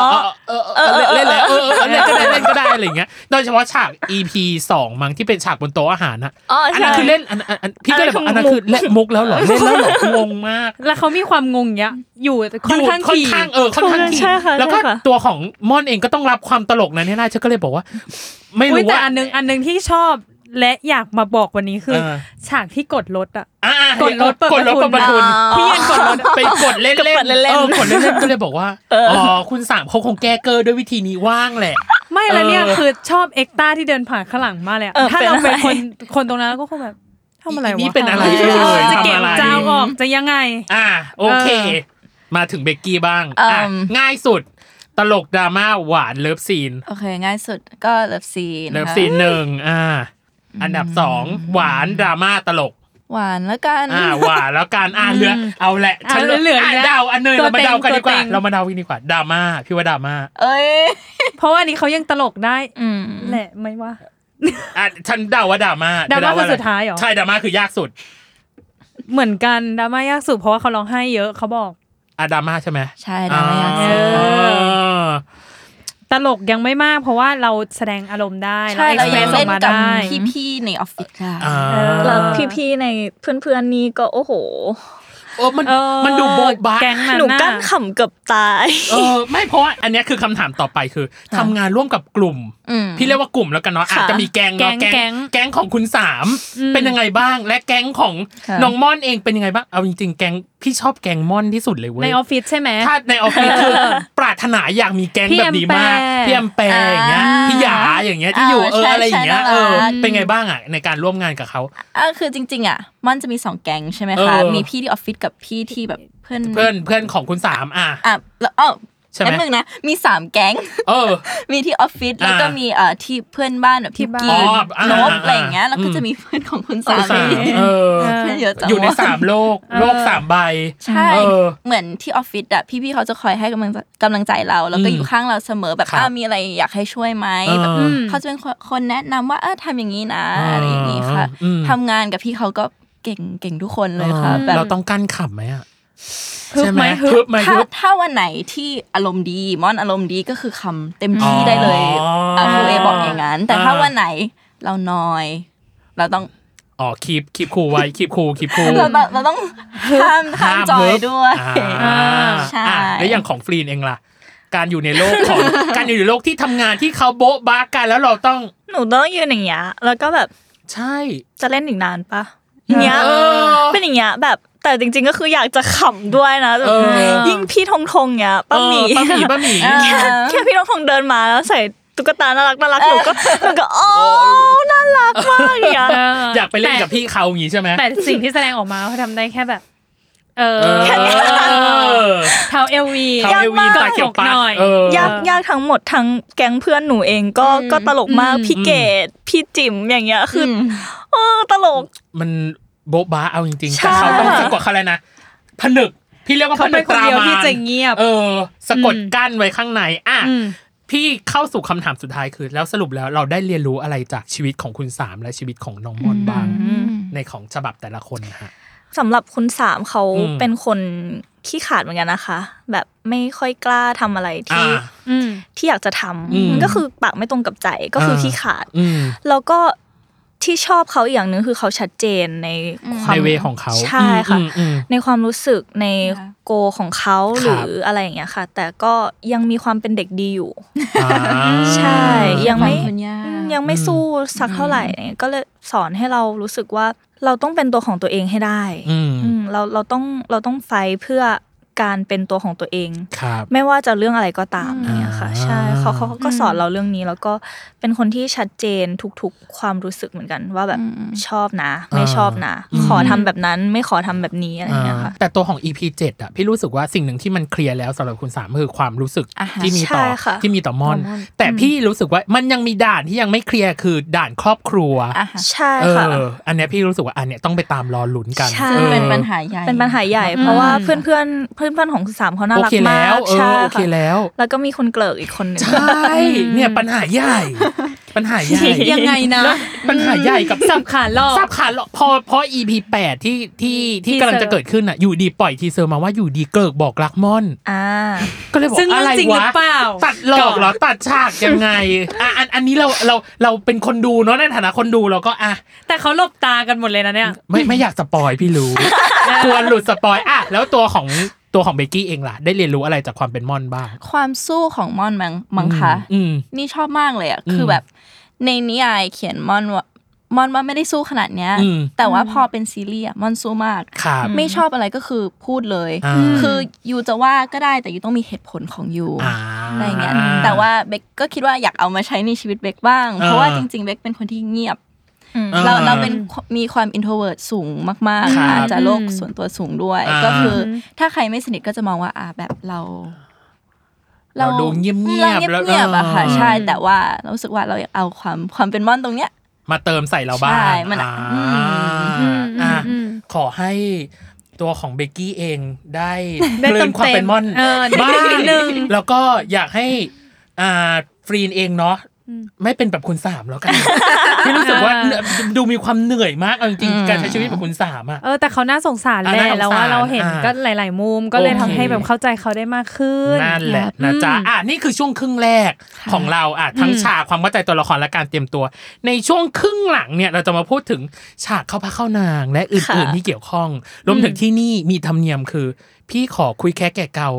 B: เออเออเออเล่นเล่นแล้วเออเออเล่นก็ได้เล่นก็ได้อะไรอย่างเงี้ยโดยเฉพาะฉาก EP สองมั้งที่เป็นฉากบนโต๊ะอาหารอะ
D: อ๋อ
B: อัน
D: ใช่
B: นั้นคือเล่นอันอันอันพี่ก็เลยบอก
D: อั
B: อัน
D: นนั้
B: นั้น
D: น
B: คื
D: คื
B: อ
D: อ
B: เล่นมุกแล้วเหรอเล่นแล้วเหรองงมาก
A: แล้วเขามีความงงเงี้ยอยู่ค่อนข้าง
B: ค่อน
A: ขี่
B: ข้างเออค่อนข้างขี่
D: ใช่ค่ะ
B: แล้วก็
D: ใช่ค่ะ
B: ตัวของม่อนเองก็ต้องรับความตลกนั้นให้ได้ฉันก็เลยบอกว่า ไม่
A: อุ้ย
B: รู้
A: แต่
B: ว่า
A: อันนึงอันนึงที่ชอบและอยากมาบอกวันนี้คือ
B: เออ
A: ฉากที่กดรถอ่ะ
B: อ่ะ
A: กดรถเปิด
B: กดรถเปิดป
A: ประระทุ
B: ทุน
A: น พี่ยันกดรถ
B: ไปกดเล่นๆ
D: กดเล่นๆ
B: ออกดเล่นๆก็เลยบอกว่า อ๋อ คุณสามเขาคงแก้เกอร์ด้วยวิธีนี้ว่างแหละ
A: ไม่แล้วเนี่ย
B: เออ
A: คือชอบเอ็กต้าที่เดินผ่านข้างหลังมากเลยอะ
D: เออ
A: ถ้าเรา
D: เป็
A: เป็น
D: นอะไร
A: คนคนตรงนั้นก็คงแบบทำอะไรวะ
B: นี่เป็นอะไร
D: ทำอะไร
B: เอ่ย
A: จะเก็บ
B: ทำอะไร
A: จะเอาออกจะยังไง
B: อ่ะโอเค
A: เออ
B: มาถึงเบกกี้บ้าง
C: อืม
B: อ่ะง่ายสุด ตลกดราม่าหวานเลิฟซีน
C: โอเค ง่ายสุดก็เลิฟซีน
B: เลิฟ
C: ค่ะ
B: ซีนหนึ่งอ่ะอันดับสองหวานดราม่าตลก
C: หวานแล้วกัน
B: อ่ะหวานแล้วการอ่ะเหลือเอาแหละ
A: อ่ะเหลือ
B: อ่ะ
A: เนี่ย
B: เดาอันเนย
A: ตัว
B: เรามาเดากัน
A: เต็ง
B: ดีกว่า
A: ตัวเต็ง
B: เรามาเดากันดีกว่าดราม่าพี่ว่าดราม่า
C: เอ้ย
A: เพราะว่าอันนี้เขายังตลกได้
D: อืม
A: แหละไหม่ว่า
B: อ่ะฉันเดาว่าดราม่า
A: ดราม่า
B: เธเว่
A: คือสุดท้ายเหรอ
B: ใช่ดราม่าคือยากสุด
A: เหมือนกันดราม่ายากสุดเพราะว่าเขาร้องไห้เยอะเขาบอก
B: อะดราม่าใช่ไหม
C: ใช่ดราม่ายากสุด
B: อ่า
A: ตลกยังไม่มาก เพราะว่าเราแสดงอารมณ์ได้
C: ใช่
A: เรา
C: เรา
A: เอ็กเพร
C: ยัง
A: สออน ก
C: เล่
A: มา
C: กับ
A: ได้
C: พี่ๆในออฟฟิศได้
B: อ่า
A: เออ
D: แล้วพี่ๆในเพื่อนๆนี่ก็โอ้โห
B: เออมัน
A: เออ
B: มันดูโบ๊ะบะ
A: แก๊งนั้น
D: หนู
A: ะ
D: กั้นขำเกือบตาย
B: เออไม่เพราะว่าอันเนี้ยคือคำถามต่อไปคือทำงานร่วมกับกลุ่ม
C: อืม
B: พี่เรียกว่ากลุ่มแล้วกันเนาะอาจจะมีแก๊งเนาะ
A: แก๊ง
B: แก๊งแก๊งของคุณสาม
A: อืม
B: เป็นยังไงบ้าง และแก๊งของ
C: ค่ะ
B: น้องม่อนเองเป็นยังไงบ้างเอาจริงๆแก๊งพี่ชอบแก๊งม่อนที่สุดเลยเว้
A: ใน
B: ย
A: ออฟฟิศใช่ไหม
B: ถ้าในออฟฟิศคือปรารถนาอยากมีแก๊ง
A: พี่
B: แบบนี้มาก
A: แอมแปร์
B: พี่แอมแปร์อย่างเงี้ย
C: อ่า
B: พี่หยาอย่างเงี้ยที่อยู่
C: อ่า
B: เออ
C: ใช่
B: อะไรอย่างเงี้ย
C: ใช่
B: เออ
C: น่ารัก
B: เป็นไงบ้างอ่ะในการร่วมงานกับเขา
C: อ่ะคือจริง ๆ อ่ะ มันจะมีสองแก๊งใช่ไหมคะ
B: เออ
C: มีพี่ที่ออฟฟิศกับพี่ที่แบบเพื่อน
B: เพื่อนเพื่อนของคุณสามอ่ะ
C: อ่ะแล้วอ้อ
B: ใช่ไห
C: แป๊
B: ม
C: บนึงนะ มีสามแก๊ง
B: เออ
C: มีที่ออฟฟิศแล้วก็
B: อ่ามี
C: มีเอ่อที่เพื่อนบ้านแบบ
A: ที่
C: ที่
A: บ้าน
C: กีน
B: อ๋ออ่าน
C: บ
B: อ่า
C: อะไรอย่างเงี้ยแล้วก็
B: อืม
C: จะมีเพื่อนของคุณ
B: คุ
C: สา
B: ณสาม
C: มี
B: เออ
C: เพื่อนเยอะจัง
B: อยู่ใน
C: วะ
B: สามโลกโลกสามใบ
C: ใช่
B: เออ
C: เหมือนที่ออฟฟิศอะพี่ๆเขาจะคอยให้กำลังใจกำลังใจเราแล้วก็
B: อืม
C: อยู่ข้างเราเสมอแบบ
B: ครับ
C: อ้าวมีอะไรอยากให้ช่วยไหม
B: เออ
C: แบบ
B: อืม
C: เขาจะเป็นคนคนแนะนำว่าเออทำอย่างนี้นะอะไรอย่างนี้ค่ะ
B: อืม
C: ทำงานกับพี่เขาก็เก่งเก่งทุกคนเลยค่ะ
B: เออ
C: แบบ
B: เราต้องกั้นขำไหมอ่ะ
A: ฮึบ
B: ใช่ไหม
A: ไหมฮึบ
B: ฮึบไหม
C: ถ้า
B: ฮึบ
C: ถ้าวันไหนที่อารมณ์ดีมอนอารมณ์ดีก็คือคำเต็ม
B: อ๋
C: ที่
B: อ
C: ได้เลย
B: อ่
C: อ่ะครูเอบอกอย่างนั้น แต่
B: อ่า
C: ถ้าวันไหนเรานอย เราต้อง
B: อ๋อคีบคีบครูไว้คีบครูคีบครู
C: เราต้องเราต้องห้ามห้ามจอยด้วย
B: อ่า
C: ใช่
B: อ่ะแล้วอย่างของฟรีนเองล่ะ การอยู่ในโลกของ การอยู่ในโลกที่ทำงานที่เขาโบ๊ะบ้ากันแล้วเราต้อง
D: หนูต้องยืนอย่างเงี้ยแล้วก็แบบ
B: ใช่
D: จะเล่นอีกนานปะอย่างเงี้ย
B: เออ
D: เป็นอย่างเงี้ยแบบแต่จริง ๆก็คืออยากจะขำด้วยนะแบบ
B: เออ
D: ยิ่งพี่ทงทงเงี้ยป้าหมี
B: เออป้าหมีป้าหมี
C: เออ
D: แค่พี่น้องทงเดินมาแล้วใส่ตุ๊กตาน่ารักน่ารักหนูก็หนูก็โอ้น่ารักมากอย่างเงี้ย
A: เ
B: อยากไปเล่นกับพี่เขาอย่างงี้ใช่ไหม
A: แต่แต่สิ่งที่แสดงออกมาเขาทำได้แค่แบบ เออ
B: เออ
A: เท้าเอลวี
B: เขาเอวีตาเขียวปัด
A: หน่อย
B: เออ
D: ยากยากทั้งหมดทั้งแก๊งเพื่อนหนูเองก็
A: อืม
D: ก็ตลกมาก
B: อืม
D: พี่
B: อืม
D: เกดพี่จิ๋มอย่างเงี้ยคืออ
C: ม
D: เออตลก
B: มันโบ๊ะบ้าเอาจริงๆ
D: ใช่
B: แต่เขาต้องสะกดเขาเลยนะผนึก พี่เรียกว่า
A: เขา
B: ผ
A: เป็
B: นึ
A: น
B: ก
A: คน
B: ตรา
A: เดียว
B: มา
A: ที่
B: น
A: จะเงียบ
B: เออ สะกด
A: อืม
B: กั้นไว้ข้างใน อ่ะ
A: อืม
B: พี่เข้าสู่คำถามสุดท้ายคือ แล้วสรุปแล้วเราได้เรียนรู้อะไรจากชีวิตของคุณสามและชีวิตของน้องมอนบ้าง
A: อืม
B: ในของฉบับแต่ละคนนะฮะ
D: สำหรับคุณสามเขา
B: อืม
D: เป็นคนขี้ขลาดเหมือนกันนะคะ แบบไม่ค่อยกล้าทำอะไร
B: อ่า
D: ที่
A: อืม
D: ที่อยากจะทำ
B: อืม
D: ก็คือปากไม่ตรงกับใจก็คืออา ขี้ขลาด
B: อืม
D: แล้วก็ที่ชอบเขาอีกอย่างหนึ่งคือเขาชัดเจนในความ
B: ในเวของเขา
D: ใช่ค่ะ
B: อืมอืม
D: ในความรู้สึกใน
C: ค่ะ
D: โกของเขา
B: ค
D: ห
B: รั
D: รื
B: บ
D: ออะไรอย่างเงี้ยค่ะ แต่ก็ยังมีความเป็นเด็กดีอยู่
B: อืมอ่า
D: ใช่ยัง ไม่
C: ขอบคุณย่า
D: อืมยังไม่สู้สักเท่าไหร่เนี่ยก็เลยสอนให้เรารู้สึกว่าเราต้องเป็นตัวของตัวเองให้ได้
B: อืม
D: อืมเราเราต้องเราต้องไฟท์เพื่อการเป็นตัวของตัวเอง
B: ครับ
D: ไม่ว่าจะเรื่องอะไรก็ตาม
B: อืม
D: เนี่ยค่ะ
B: อ่า
D: ใช่เขาเขาก็สอนเราเรื่องนี้ แล้วก็เป็นคนที่ชัดเจนทุกๆความรู้สึกเหมือนกัน ว่าแบบ
C: อืม
D: ชอบนะ ไม่ชอบนะ
B: อืม
D: ขอทำแบบนั้นไม่ขอทำแบบนี้อะไรอย่างเงี้ยค่ะ
B: อ่าแต่ตัวของ EP 7อ่ะพี่รู้สึกว่าสิ่งหนึ่งที่มันเคลียร์แล้วสำหรับคุณสามคือความรู้สึก
C: อ่าฮะ
B: ที่มีต่อ
D: ใช่ค่ะ
B: ที่มีต่อมอน
C: ต่อม่อน
B: แต่พี่รู้สึกว่ามันยังมีด่านที่ยังไม่เคลียร์คือด่านครอบครัว
C: อ่ะค่ะ
D: ใช่
B: เอ
D: ค่ะ
B: ออันเนี้ยพี่รู้สึกว่าอันเนี้ยต้องไปตามรอลุ้นกัน
D: ใช่
C: ซึ่ง
B: ออ
C: เป็นปัญหาใหญ่
D: เป็นปัญหาใหญ่ เพราะว่าเพื่อนเพื่อนๆเพื่อนเพื่อนๆของสามเขาน่ารัก
B: โอเค
D: มา
B: แล้ว
D: ก
B: เออ
D: ใช่
B: โอเค
D: ค่ะ
B: แล้ว
D: แล้วก็มีคนเกลิกอีกคนหนึ่ง
B: ใช่ เนี่ยปัญหาใหญ่ ปัญหาใหญ่
A: ยังไงนะ
B: ปัญหาใหญ่กับ
A: สับขาหลอก
B: สับขาหลอกพอพอ EP 8ที่ที่ที่
A: ทีเซอร์
B: กำลังจะเกิดขึ้นอ่ะอยู่ดีปล่อยทีเซอร์มาว่าอยู่ดีเกิกบอกรักม่อน
D: อ่า
B: ก็เลยบอก
A: ซึ่งเรื่
B: อะ
A: อง
B: ไร
A: จริงหรื
B: วะ
A: อเปล่า
B: ตัดหลอกเหรอตัดฉากยังไงอ่ะอันอันนี้เราเราเราเป็นคนดูเนาะในฐานะคนดูเราก็อ่ะ
A: แต่เขาหลบตากันหมดเลยนะเนี่ย
B: ไม่ไม่อยากสปอยพี่ รู้กลัวหลุดสปอยอ่ะแล้วตัวของตัวของเบกกี้เองล่ะ ได้เรียนรู้อะไรจากความเป็นม่อนบ้าง
C: ความสู้ของมอนมังมังคะ
B: อืม
C: นี่ชอบมากเลยอ่ะ
B: อืม
C: คือแบบในนิยายเขียนมอนว่ามอนว่าไม่ได้สู้ขนาดเนี้ย
B: อืม
C: แต่ว่าพอเป็นซีรีส์อะมอนสู้มาก
B: ครับ
C: ไม่ชอบอะไรก็คือพูดเลย
B: อ่า
C: คือยูจะว่าก็ได้แต่ยูต้องมีเหตุผลของยู
B: อ่า
C: อะไรเงี้ย แต่ว่าเบกก็คิดว่าอยากเอามาใช้ในชีวิตเบกบ้าง
B: อ่า
C: เพราะว่าจริง ๆ เบกเป็นคนที่เงียบ
B: อ่า
C: เราเราเป็นมีความอินโทรเวิร์ตสูงมาก
B: ครับ
C: ๆ อาจจะโลกส่วนตัวสูงด้วย
B: อ่า
C: ก็คือถ้าใครไม่สนิทก็จะมองว่าอ่าแบบเรา
B: เราดูเงียบๆ
C: เราเงียบ
B: แล้ว
C: เงียบอะค่ะ
B: อ่า
C: ใช่ แต่ว่าเรารู้สึกว่าเราอยากเอาความความเป็นม่อนตรงเนี้ย
B: มาเติมใส่เราบ้าง
C: ใช่มัน
B: อ่า
C: อื
A: ม
B: อ่ะ
A: อืม
B: ขอให้ตัวของเบกกี้เองได้
A: ได้
B: เติ
A: เต็
B: ม
A: ม
B: ความเป็นม่อน
A: เออ
B: บ้าง
A: นิดนึง
B: แล้วก็อยากให้อ่าฟรีนเองเนาะ
A: อืม
B: ไม่เป็นแบบคุณสามแล้วกัน ที่รู้สึกว่าเหนื่อยดูมีความเหนื่อยมากเอาจริงๆการใช้ชีวิตแบบคุณสามอ่ะ
A: เออแต่เขาน่าสงสาร
B: อ่ะ
A: แห
B: น่าส
A: ละ
B: งสาร
A: แล้วว่าเราเห็น
B: อ่ะ
A: ก็หลาย ๆ มุมก็เลย
B: โอเค
A: ทำให้แบบเข้าใจเขาได้มากขึ้น
B: นั่นแหละนะจ๊ะอ่ะนี่คือช่วงครึ่งแรกของเราอ่ะทั้งฉากความเข้าใจตัวละครและการเตรียมตัว ในช่วงครึ่งหลังเนี่ยเราจะมาพูดถึงฉากเข้าพระเข้านางและอื่น ๆ
C: ค่ะ
B: ที่เกี่ยวข้องรวมถึงที่นี่มีธรรมเนียมคือ พี่ขอคุยแค่แก่เก่า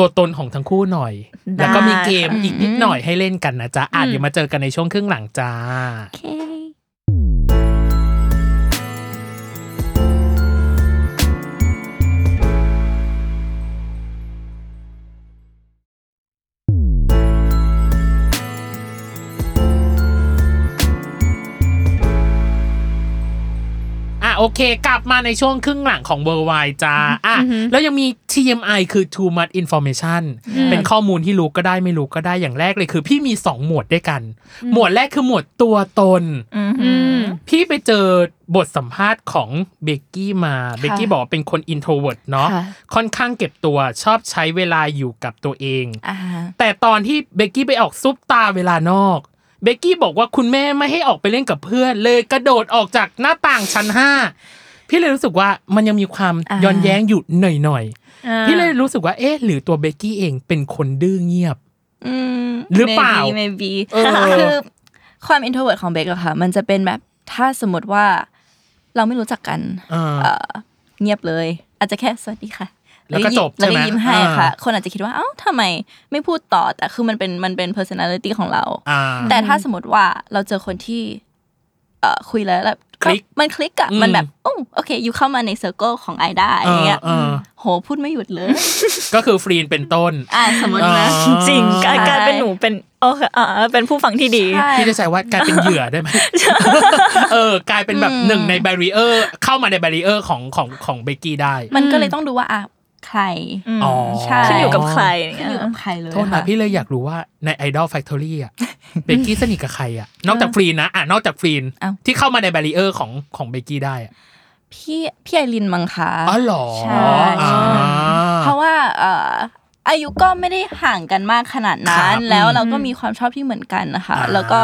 B: ตัวตนของทั้งคู่หน่อย
D: ได้
B: แล้วก็มีเกมอีกนิดหน่อยให้เล่นกันนะจ๊ะอ่ะเดี๋ยวมาเจอกันในช่วงครึ่งหลังจ้า อ่ะโอเค กลับมาในช่วงครึ่งหลังของเบอร์ไวจ้าอ่ะแล้วยังมี TMI คือ too much information เป็นข้อมูลที่รู้ก็ได้ไม่รู้ก็ได้อย่างแรกเลยคือ พี่มี 2 หมวดด้วยกัน หมวดแรกคือหมวดตัวตน
A: อืม
B: พี่ไปเจอบทสัมภาษณ์ของเบกกี้มาเบกกี้บอกว่าเป็นคน introvert เนาะ
C: ค่ะ
B: ค่อนข้างเก็บตัวชอบใช้เวลาอยู่กับตัวเอง
C: อ่า
B: แต่ตอนที่เบกกี้ไปออกซุปตาเวลานอก เบกกี้บอกว่าคุณแม่ไม่ให้ออกไปเล่นกับเพื่อน เลยกระโดดออกจากหน้าต่างชั้นห้าพี่เลยรู้สึกว่ามันยังมีความ
C: อ่า
B: ย้อนแย้งอยู่หน่อยๆพี่เลยรู้สึกว่าเอ๊ะหรือตัวเบกกี้เองเป็นคนดื้อเงียบ
C: อืม
B: หรือเปล่า
C: maybe maybe
B: เออ
C: คือความอินโทรเวิร์ดของเบคอะค่ะ มันจะเป็นแบบถ้าสมมติว่าเราไม่รู้จักกัน
B: อ่า
C: เอ่อเงียบเลย อาจจะแค่สวัสดีค่ะ
B: แล้วก็จบ
C: แล้วก็
B: ใช่ไหม
C: ยิ้มให้ค่ะ
B: อ่า
C: คนอาจจะคิดว่าเอ้าทำไมไม่พูดต่อแต่คือมันเป็นมันเป็น personality ของเรา
B: อ่า
C: แต่ถ้าสมมติว่าเราเจอคนที่ เอ่อคุยแล้วแบบ
B: คลิก
C: มันคลิกอะ
B: อืม
C: มันแบบอ้อโอเคอยู่เข้ามาในเซอร์เคิลของไอได้อย่างเงี้ย
B: อ่าอ่า
C: โหพูดไม่หยุดเลย
B: ก็คือฟรีนเป็นต้น
C: อ่าสมมตินะ
B: อ่า
D: จริงกลาย
C: ใช่
D: กลายเป็นหนูเป็นโอเคอ่าเป็นผู้ฟังที่ดี
C: ใช่
B: พี่จะใช้ว่ากลายเป็นเหยื่อได้ไหม เออกลายเป็นแบบหนึ่งในบรีเออร์เข้ามาในบรีเออร์ของของของเบกกี้ได้
C: มันก็เลยต้องดูว่าอ่ะใคร
B: อ๋อ
C: ใช่
D: ขึ้นอยู่กับใครเนี่ย
C: ขึ้นอยู่กับใครเลย
B: โทษนะ
C: ค่
B: พี่เลยอยากรู้ว่าใน Idol Factory อ่ะ เบกกี้สนิทกับใครอ่ะ นอกจากฟรีนนะอ่ะนอกจากฟรีน
C: เอ้า
B: ที่เข้ามาในบารีเออร์ของของเบกกี้ได้อะ
C: พี่พี่ไอรินมังคะ
B: อ๋อเหรอ
C: ใช่
B: อ่า
C: เพราะว่าเอ่ออายุก็ไม่ได้ห่างกันมากขนาด
B: ครั
C: นั้น
B: บ
C: แล้ว
B: อืม
C: เราก็มีความชอบที่เหมือนกันนะคะ
B: อ่า
C: แล้วก็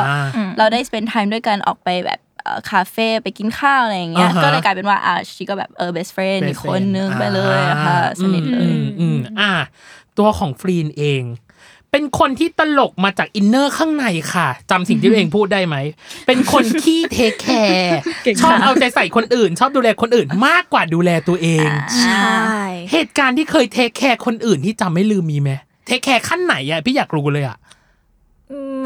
C: เราได้ spend time ด้วยกันออกไปแบบเอ่อคาเฟ่ไปกินข้าวอะไรอย่างเงี้ย
B: อ่าฮะ
C: ก็เลยกลายเป็นว่าอ่าชีก็แบบเออ best friend อีกคนนึงไปเลยอะค่ะ
B: อ่า
C: สนิทเลย
B: อืมอืมอืมอ่ะตัวของฟรีนเอง เป็นคนที่ตลกมาจากอินเนอร์ข้างในค่ะจำสิ่งที่ตัวเองพูดได้ไหม เป็นคนที่เทคแคร์ชอบเอาใจใส่คนอื่น ชอบดูแลคนอื่นมากกว่าดูแลตัวเอง
D: ใช่
B: เหตุการณ์ที่เคยเทคแคร์คนอื่นที่จำไม่ลืมมีไหมเทคแคร์ขั้นไหนอะพี่อยากรู้เลยอะ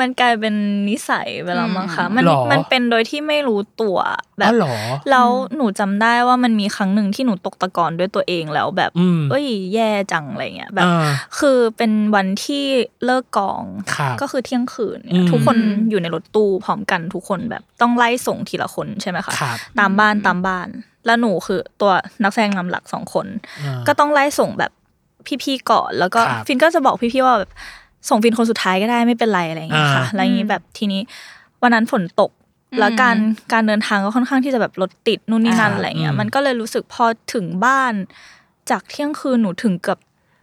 D: มันกลายเป็นนิสัยเวลามั้งคะมัน
B: หรอ
D: มันเป็นโดยที่ไม่รู้ตัวแบ
B: อ๋
D: บ
B: อเหรอ
D: แล้วหนูจำได้ว่ามันมีครั้งหนึ่งที่หนูตกตะกอนด้วยตัวเองแล้วแบบ
B: อืม
D: เอ้ยแย่จังอะไรเงี้ยแบบ
B: อ่า
D: คือเป็นวันที่เลิกกอง
B: ครับ
D: ก็คือเที่ยงคืน
B: อื
D: เนี่ย
B: ม
D: ทุกคนอยู่ในรถตู้พร้อมกันทุกคนแบบต้องไล่ส่งทีละคนใช่ไหมคะ
B: ครับ
D: ตามบ้านตามบ้าน แล้วหนูคือตัวนักแสดงนำหลักสองคน
B: อ่า
D: ก็ต้องไล่ส่งแบบพี่ๆก่อนแล้วก็
B: ครับ
D: ฟินก็จะบอกพี่ๆว่าแบบส่งฟินคนสุดท้ายก็ได้ไม่เป็นไรอะไรอย่างเงี้ยค่ะ
B: อ่า
D: แล้วอย่างงี้แบบทีนี้วันนั้นฝนตก แล้วการการเดินทางก็ค่อนข้างที่จะแบบรถติดนู่นนี่นั่นอะไรเงี้ยมันก็เลยรู้สึกพอถึงบ้านจากเที่ยงคืนหนูถึงเกือบ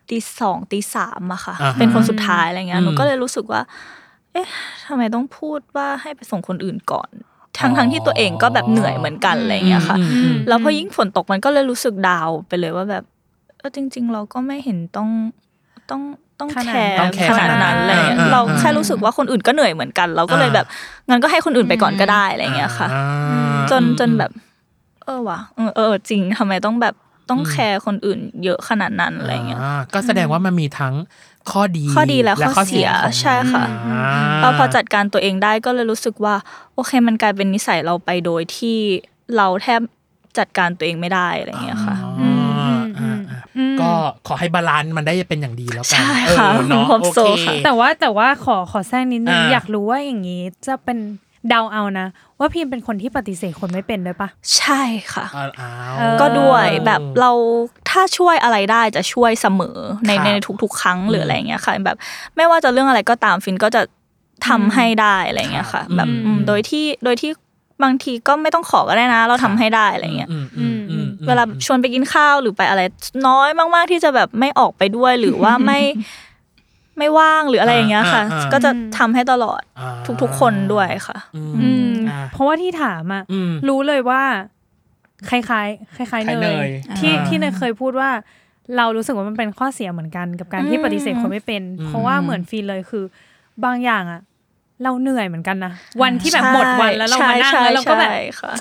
D: ตีสองตีสามอะค่ะ
B: อ่าฮะ
D: เป็นคนสุดท้ายอะไรเงี้
B: อื
D: ย
B: ม
D: หนูก็เลยรู้สึกว่า เอ๊ะทำไมต้องพูดว่าให้ไปส่งคนอื่นก่อน ทั้ง
B: อ๋
D: ทั้
B: อ
D: งที่ตัวเองก็แบบเหนื่อยเหมือนกันอะไรเงี้ยค่ะ
B: อืมอืม
D: แล้วพอยิ่งฝนตกมันก็เลยรู้สึกดาวน์ไปเลยว่าแบบเออจริง ๆ เราก็ไม่เห็นต้องต้องต้อง
A: ขนา
D: แค
A: ด
D: ร์
B: ต้องแคร์
D: ขนาด
A: ขนาด
D: นั้น
A: นั้น
D: อะไรเงี้ย
B: เออเออ
D: เรา
B: เออ
D: แค่รู้สึกว่าคนอื่นก็เหนื่อยเหมือนกัน เราก็เลย
B: อ่า
D: แบบงั้นก็ให้คนอื่นไปก่อนก็ได้อะไรเงี้ยค่ะ
B: อ่า
D: จน
B: อืม
D: จนแบบ เออว่ะเออเออจริงทำไมต้องแบบต้อง
B: อืม
D: แคร์คนอื่นเยอะขนาดนั้นอะไรเงี้ย
B: อ่าก็แสดงว่ามันมีทั้งข้อดี
D: ข้อดีและข้อเสีย
B: ของมัน
D: ใช่ค่ะ
B: อ่า
D: พอพอจัดการตัวเองได้ก็เลยรู้สึกว่า โอเคมันกลายเป็นนิสัยเราไปโดยที่เราแทบจัดการตัวเองไม่ได้อะไรเงี้ยค่ะ
B: อ๋อ
A: อื
B: อ่าม อ่า
A: อืม
B: ก็ขอให้บาลานซ์มันได้เป็นอย่างดีแล้วกั
D: ใช่ค่ะ
B: เออเนาะ
D: ผม hope
B: โอ
D: so
B: เค
D: ค่ะ
A: แต่ว่าแต่ว่าขอขอแทรกนิดนึง
B: อ่า
A: อยากรู้ว่าอย่างนี้จะเป็นเดาเอานะ ว่าพิมเป็นคนที่ปฏิเสธคนไม่เป็นด้วยปะ
D: ใช่ค่ะ
B: เอาเอา
A: เออ
D: ก็ด้วยแบบเราถ้าช่วยอะไรได้จะช่วยเสมอใน
B: ครับ
D: ในทุกๆ ครั้งหรือ
B: ม
D: อะไรเงี้ยค่ะ แบบไม่ว่าจะเรื่องอะไรก็ตามฟินก็จะทำให้ได้อะไรเงี้ยค่ะ
B: ครับ
D: แบบ
B: อืม
D: อืมโดยที่โดยที่บางทีก็ไม่ต้องขอก็ได้นะ เราทำให้ได้อะไรเงี้ย
B: อืมอืมอืมอืม
D: เวลาช วนไปกินข้าวหรือไปอะไรน้อยมาก ๆที่จะแบบไม่ออกไปด้วยหรือว่าไม่ ไม่ว่างหรืออะไรอย่างเงี้ยค่ะ
B: อ่าอ่า
D: ก็จะทำให้ตลอด
B: อ่า
D: ทุกๆ คนด้วยค่ะ
B: อืม
A: อืม
B: อ่า
A: เพราะว่าที่ถามอ่ะ
B: อืม
A: รู้เลยว่าคล้ายๆคล้ายๆ
B: คล้าย
A: เน
B: เน
A: ย
B: ย
A: ที่
B: อ่า
A: ที่เนยเคยพูดว่า เรารู้สึกว่ามันเป็นข้อเสียเหมือนกันกับการที่
D: อืม
A: ปฏิเสธคนไม่เป็น
B: อืม
A: เพราะว่าเหมือนฟีนเลยคือ บางอย่างอะเราเหนื่อยเหมือนกันนะวันที่แบบหมดวันแล้วเรามานั่ง
D: ใช่
A: แล้วเราก็แบบ
D: ใช่ค่ะ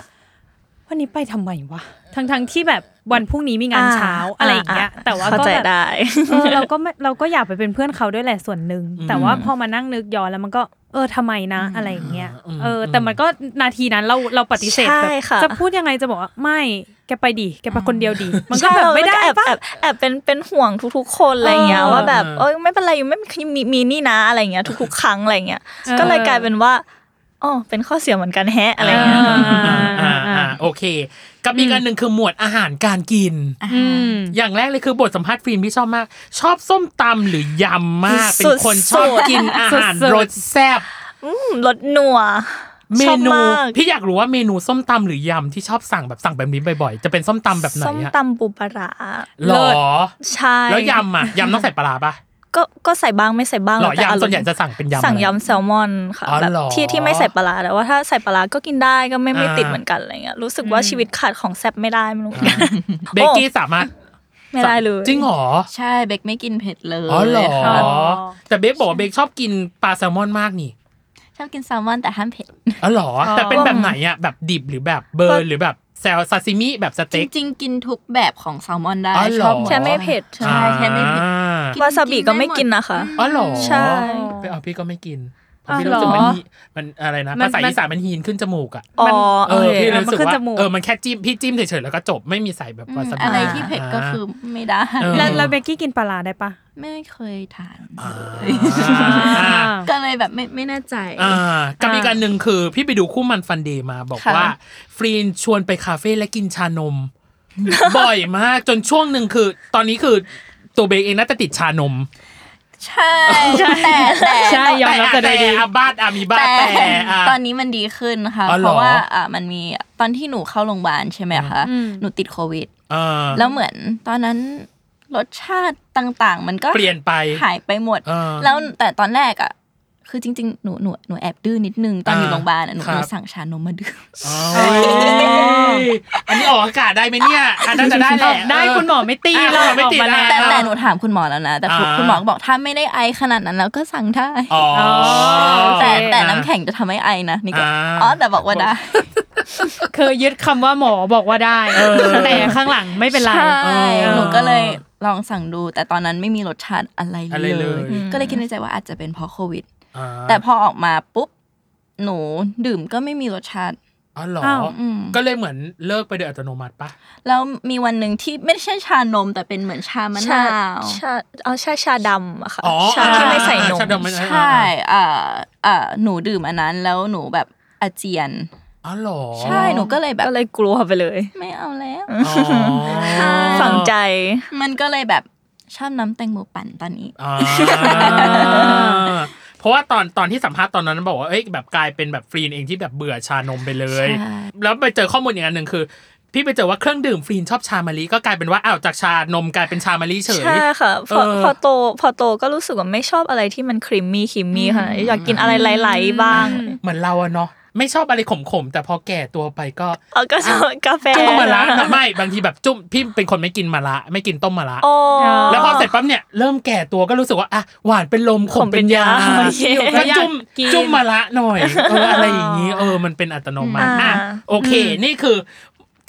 A: วันนี้ไปทำไมวะทั้งทั้งๆที่แบบวันพรุ่งนี้มีงานเช้า
D: อ่
A: อะไรอย่างเงี้ย
D: อ่
A: แต่ว่า
D: เข้า
A: ก็
D: ใจ
A: แบบ
D: ได้
A: เออเราก็ไม่เราก็อยากไปเป็นเพื่อนเขาด้วยแหละส่วนหนึ่ง
B: อืม
A: แต่ว่าพอมานั่งนึกย้อนแล้วมันก็เออทำไมนะอะไรอย่างเงี้ย
B: อืม
A: เออ แต่มันก็นาทีนั้นเราเราปฏิเสธแบบ
D: ใช่ค่ะ
A: จะพูดยังไงจะบอกว่าไม่แกไปดิแกไปคนเดียวดิมันก็
D: ใช่
A: แบบ
D: เรา
A: ไม่ได้
D: แอบ
A: ปะ
D: แอบแอบเป็นเป็นห่วงทุกๆ คนอะไรเงี้ย
A: เออ
D: ว่าแบบ
B: เออ
D: เอ้ยไม่เป็นไรอยู่ไม่มีมีมีนี่นะอะไรเงี้ยทุก ๆ ครั้งอะไรเงี้ย
A: เออ
D: ก็เลยกลายเป็นว่าอ๋อเป็นข้อเสียเหมือนกันแฮะอะไรเงี้ย
B: อ่าอ่าอ่า
A: อ่า
B: อ่าโอเค กับอีกอันหนึ่งคือหมวดอาหารการกิน
A: อืม
B: อย่างแรกเลยคือบทสัมภาษณ์ฟิล์มที่ชอบมาก ชอบส้มตำหรือยำมาก
D: สุ
B: เป็
D: ดๆ
B: นคนชอบกินอาหาร
A: สุดๆ
B: รสแซ่บ
D: อืมรสนัว
B: เม
D: ชอบ
B: นู
D: มาก
B: พี่อยากรู้ว่าเมนูส้มตำหรือยำที่ชอบสั่งแบบสั่งแบบนี้บ่อยๆ จะเป็นส้มตำแบบไหน
D: ส้ม
B: อะ
D: ตำปูปลาร้า
B: หรอ
D: ใช่
B: แล้วยำอะยำต้องใส่ปลาร้าปะ
D: ก็ก็ใส่บ้างไม่ใส่บ้าง
B: หรอ
D: แล้วแต่อา
B: ยำ
D: รมณ์
B: ส่วนใหญ่จะสั่งเป็นยำ
D: สั่ง
B: อะไร
D: ยำแซลมอนค่ะ
B: อ๋อ
D: แบบ
B: เหรอ
D: ที่ที่ไม่ใส่ปลาร้าแต่ว่าถ้าใส่ปลาร้าก็กินได้ก็ไม่ไม่
B: อ่า
D: ติดเหมือนกันอะไรเงี้ยรู้สึกว่าชีวิตขาดของแซ่บไม่ได้ไม่รู้เหมือนกัน
B: เบกกี้สามารถ
D: ไม่ได้เลย
B: จริงเหรอ
C: ใช่เบคไม่กินเผ็ดเลย
B: อ๋อเหรอ
C: ค่ะ
B: แต่เบคบอกว่าเบคชอบกินปลาแซลมอนมากนี่
C: ชอบกินแซลมอนแต่ห้ามเผ็ด
B: อ๋อเหรอ
A: อ๋อ
B: แต่เป็นแบบไหนอ่ะ แบบดิบหรือแบบเบิร์นหรือแบบแซลซาซิมิแบบส
C: จ
B: เต็ก
C: ริงๆ กินทุกแบบของแซลมอนได้
B: อ๋อเหรอ
C: ชอบหด
D: ใช่ไม่เผ็ดใช่
C: อ่า แค่ไม่เผ็ด
B: อ่าว
D: าซาบิก็ไม่กินนะคะ
B: อ๋อเหรอ
D: ใช่
B: ไปเอาพี่ก็ไม่กินเพ
A: อ๋อ
B: ราะพี่รู้สึกมั
A: เห
B: น
A: รอ
B: ฮีมันอะไรนะ
A: มัน
B: ภาษา
A: มัน
B: อีสานมันฮีนขึ้นจมูกอ่ะ
D: อ๋อ
A: มัน
B: เออ
D: โอเค
B: พี่รู้
A: มั
B: สึก
A: นขึ้น
B: ว่า
A: จมูก
B: เออมันแค่จิ้มพี่จิ้มเฉยๆแล้วก็จบไม่มีใส่แบบวาซาบิ
C: อะไรที่เผ็ดก็คือไม่ได้
B: เออ
A: แล้วแล้วเบกกี้กินปลาร้าได้ปะ
C: ไม่เคยทาน
B: อ่า
C: เลย
B: อ่า
C: ก็เลยแบบไม่ไม่แน่ใจ
B: อ่ากับอีกอันหนึ่งคือพี่ไปดูคู่มันฟันเดย์มาบอก
C: ค่ะ
B: ว่า ฟรีนชวนไปคาเฟ่และกินชานม บ่อยมากจนช่วงหนึ่งคือ ตอนนี้คือตัวเบคเองน่าจะติดชานม
C: ใช่แต่แต่
A: ใช่ยอมรับแต่โด
B: แต่
A: ยดี
B: อาบ้าอามีบ้า
C: แต่
B: แต่อ่ะ
C: ตอนนี้มันดีขึ้นค่ะ
B: อ๋อเหรอ
C: เพราะว่าอ่ะมันมีตอนที่หนูเข้าโรงพยาบาลใช่ไหมคะ
A: อืม
C: หนูติดโควิด
B: เออ
C: แล้วเหมือนตอนนั้นรสชาติต่างๆ มันก็
B: เปลี่ยนไป
C: หายไปหมด
B: เออ
C: แล้วแต่ตอนแรกอ่ะ คือจริงๆ หนูหนูหนูแอบดื้อนิดนึงตอนอยู่
B: อ่า
C: โรงพยาบาลอะหนู
B: ครับ
C: หนูสั่งชานมมาดื่ม
B: อ๋ออันนี้ออกอากาศได้ไหมเนี่ยอันน่าจะได้แหละ
A: ได้คุณหมอไม่ตีเรา
B: อ่ะไม่ตี
A: ออกา
B: ได้
A: แล้ว
C: แต่แต่หนูถามคุณหมอแล้วนะ แต่คุณ
B: อ่า
C: คุณหมอก็บอกถ้าไม่ได้ไอขนาดนั้นแล้วก็สั่งได้
B: อ๋อ
C: แต่
A: โอเค
C: แต่น้ำแข็งจะทำให้ไอนะนี่ก็
B: า
C: อ๋อแต่บอกว่าได้
A: คือยึดคำว่าหมอบอกว่าได้
B: เออ
A: แต่ข้างหลังไม่เป็นไร
C: ใช่
B: เออ
C: หนูก็เลยลองสั่งดู แต่ตอนนั้นไม่มีรสชาติอะไร
B: อะ
C: เล
B: ไร
C: ย
B: เลย
C: ก็เลยคิดในใจว่าอาจจะเป็นเพราะโควิด
B: อ่า
C: แต่พอออกมาปุ๊บ หนูดื่มก็ไม่มีรสชาติ
B: อ๋อเหรอ
A: อ้าว
C: อืม
B: ก็เลยเหมือนเลิกไปโดยอัตโนมัติปะ
C: แล้วมีวันหนึ่งที่ไม่ใช่ชานม แต่เป็นเหมือนชามะ
D: ชาน
C: าว
D: ชาเอาชาชาดำอะค่ะ
B: อ๋อ
D: ชาที่ไม่ใส่นม
B: ชาดำไม่ใส่
C: ใช่อ่าอ่าหนูดื่มอันนั้นแล้วหนูแบบอาเจียน
B: อ๋อเหรอ
C: ใช่หนูก็เลยแบบ
D: ก็เลยกลัวไปเลย
C: ไม่เอาแล้ว
B: อ๋อ
D: ฝังใจ
C: มันก็เลยแบบชอบน้ำแตงโมปั่นตอนนี้
B: อ่าเพราะว่าตอนตอนที่สัมภาษณ์ตอนนั้นบอกว่าเอ้ยแบบกลายเป็นแบบฟรีนเองที่แบบเบื่อชานมไปเลย
C: ใช่
B: แล้วไปเจอข้อมูลอย่างอันหนึ่งคือ พี่ไปเจอว่าเครื่องดื่มฟรีนชอบชามะลิก็กลายเป็นว่าอ้าวจากชานมกลายเป็นชามะลิเฉย
D: ใช่ค่ะพอ
B: เออ
D: พอโตพอโตก็รู้สึกว่าไม่ชอบอะไรที่มันครีมมี่ครีมมี่ค่ะอยากกินอะไรไหลๆบ้าง
B: เหมือนเราอะเนาะไม่ชอบอะไรขมๆแต่พอแก่ตัวไปก็
D: เอาก็ชอบกาแฟ
B: จุ่มมะระนะไม่บางทีแบบจุ่มพี่เป็นคนไม่กินมะระไม่กินต้มมะระ
D: โอ้
B: แล้วพอเสร็จปั๊บเนี่ยเริ่มแก่ตัวก็รู้สึกว่าอ่ะหวานเป็นลมขมเป็นยา
D: ขมเป็นยาโอเค
B: ก็จุ่ม
A: กิน
B: จุ่มมาละหน่อยเอออะไรอย่างนี้เออมันเป็นอัตโนมัติ
D: อ่า
B: อ่ะโอเค นี่คือ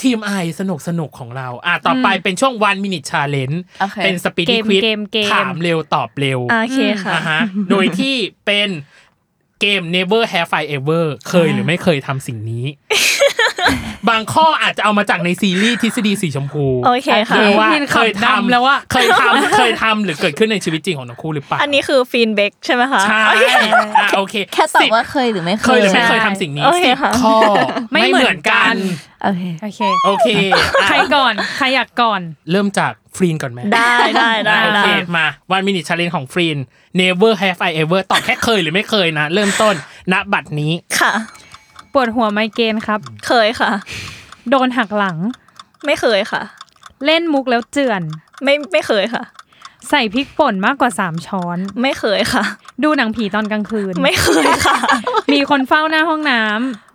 B: ทีมไอสนุกสนุกๆของเรา อ่ะต่อไปเป็นช่วง one minute challenge
C: โอเค
B: เป็นสปีด
A: เกม
B: คิด
A: เกมเกม
B: ถามเร็วตอบเร็ว
D: โอเคค่ะ
B: อ่ะฮะโดยที่เป็นเกม never have I ever เคยหรือไม่เคยทำสิ่งนี้ บางข้ออาจจะเอามาจากในซีรีส์ทฤษฎีสีชมพู
D: โอเคค่ะ
B: หรือว่า
A: พี่
B: เคย
A: ขับ
B: ทำ
A: ดำแล้วอะ
B: เคยทำ เคยทำหรือเกิดขึ้นในชีวิตจริงของทั้งคู่หรือเปล่า
D: อันนี้คือฟีนเบกใช่ไหมคะ
B: ใช่อ่ะโอเค
C: แค่ตอบ
B: สิบ
C: ว่าเคยหรือไม่เค
B: เคย
C: ย
B: หรือไม่
A: ใช่
B: เคยทำสิ่งนี้
D: โอเค
B: สิบ
D: ค่ะ
B: ข้อ
A: ไม่เหมือนกัน
C: โอเค
A: โอเค
B: โอเคอ่ะ
A: ใครก่อน ใครอยากก่อน
B: เริ่มจากฟรีนก่อนไหม
D: ได้ได้ได้
B: อ่ะโอ
D: ได้
B: เคมาวันมินิชาเลนของฟรีน never have I ever ตอบแค่เคยหรือไม่เคยนะ เริ่มต้นณบัตรนี้
D: ค่ะ
A: ปวดหัวไมเกรนครับ
D: เคยค่ะ
A: โดนหักหลัง
D: ไม่เคยค่ะ
A: เล่นมุกแล้วเจือน
D: ไม่ไม่เคยค่ะ
A: ใส่พริกป่นมากกว่า 3 ช้อน
D: ไม่เคยค่ะ
A: ดูหนังผีตอนกลางคืน
D: ไม่เคยค่ะ
A: มีคนเฝ้าหน้าห้องน้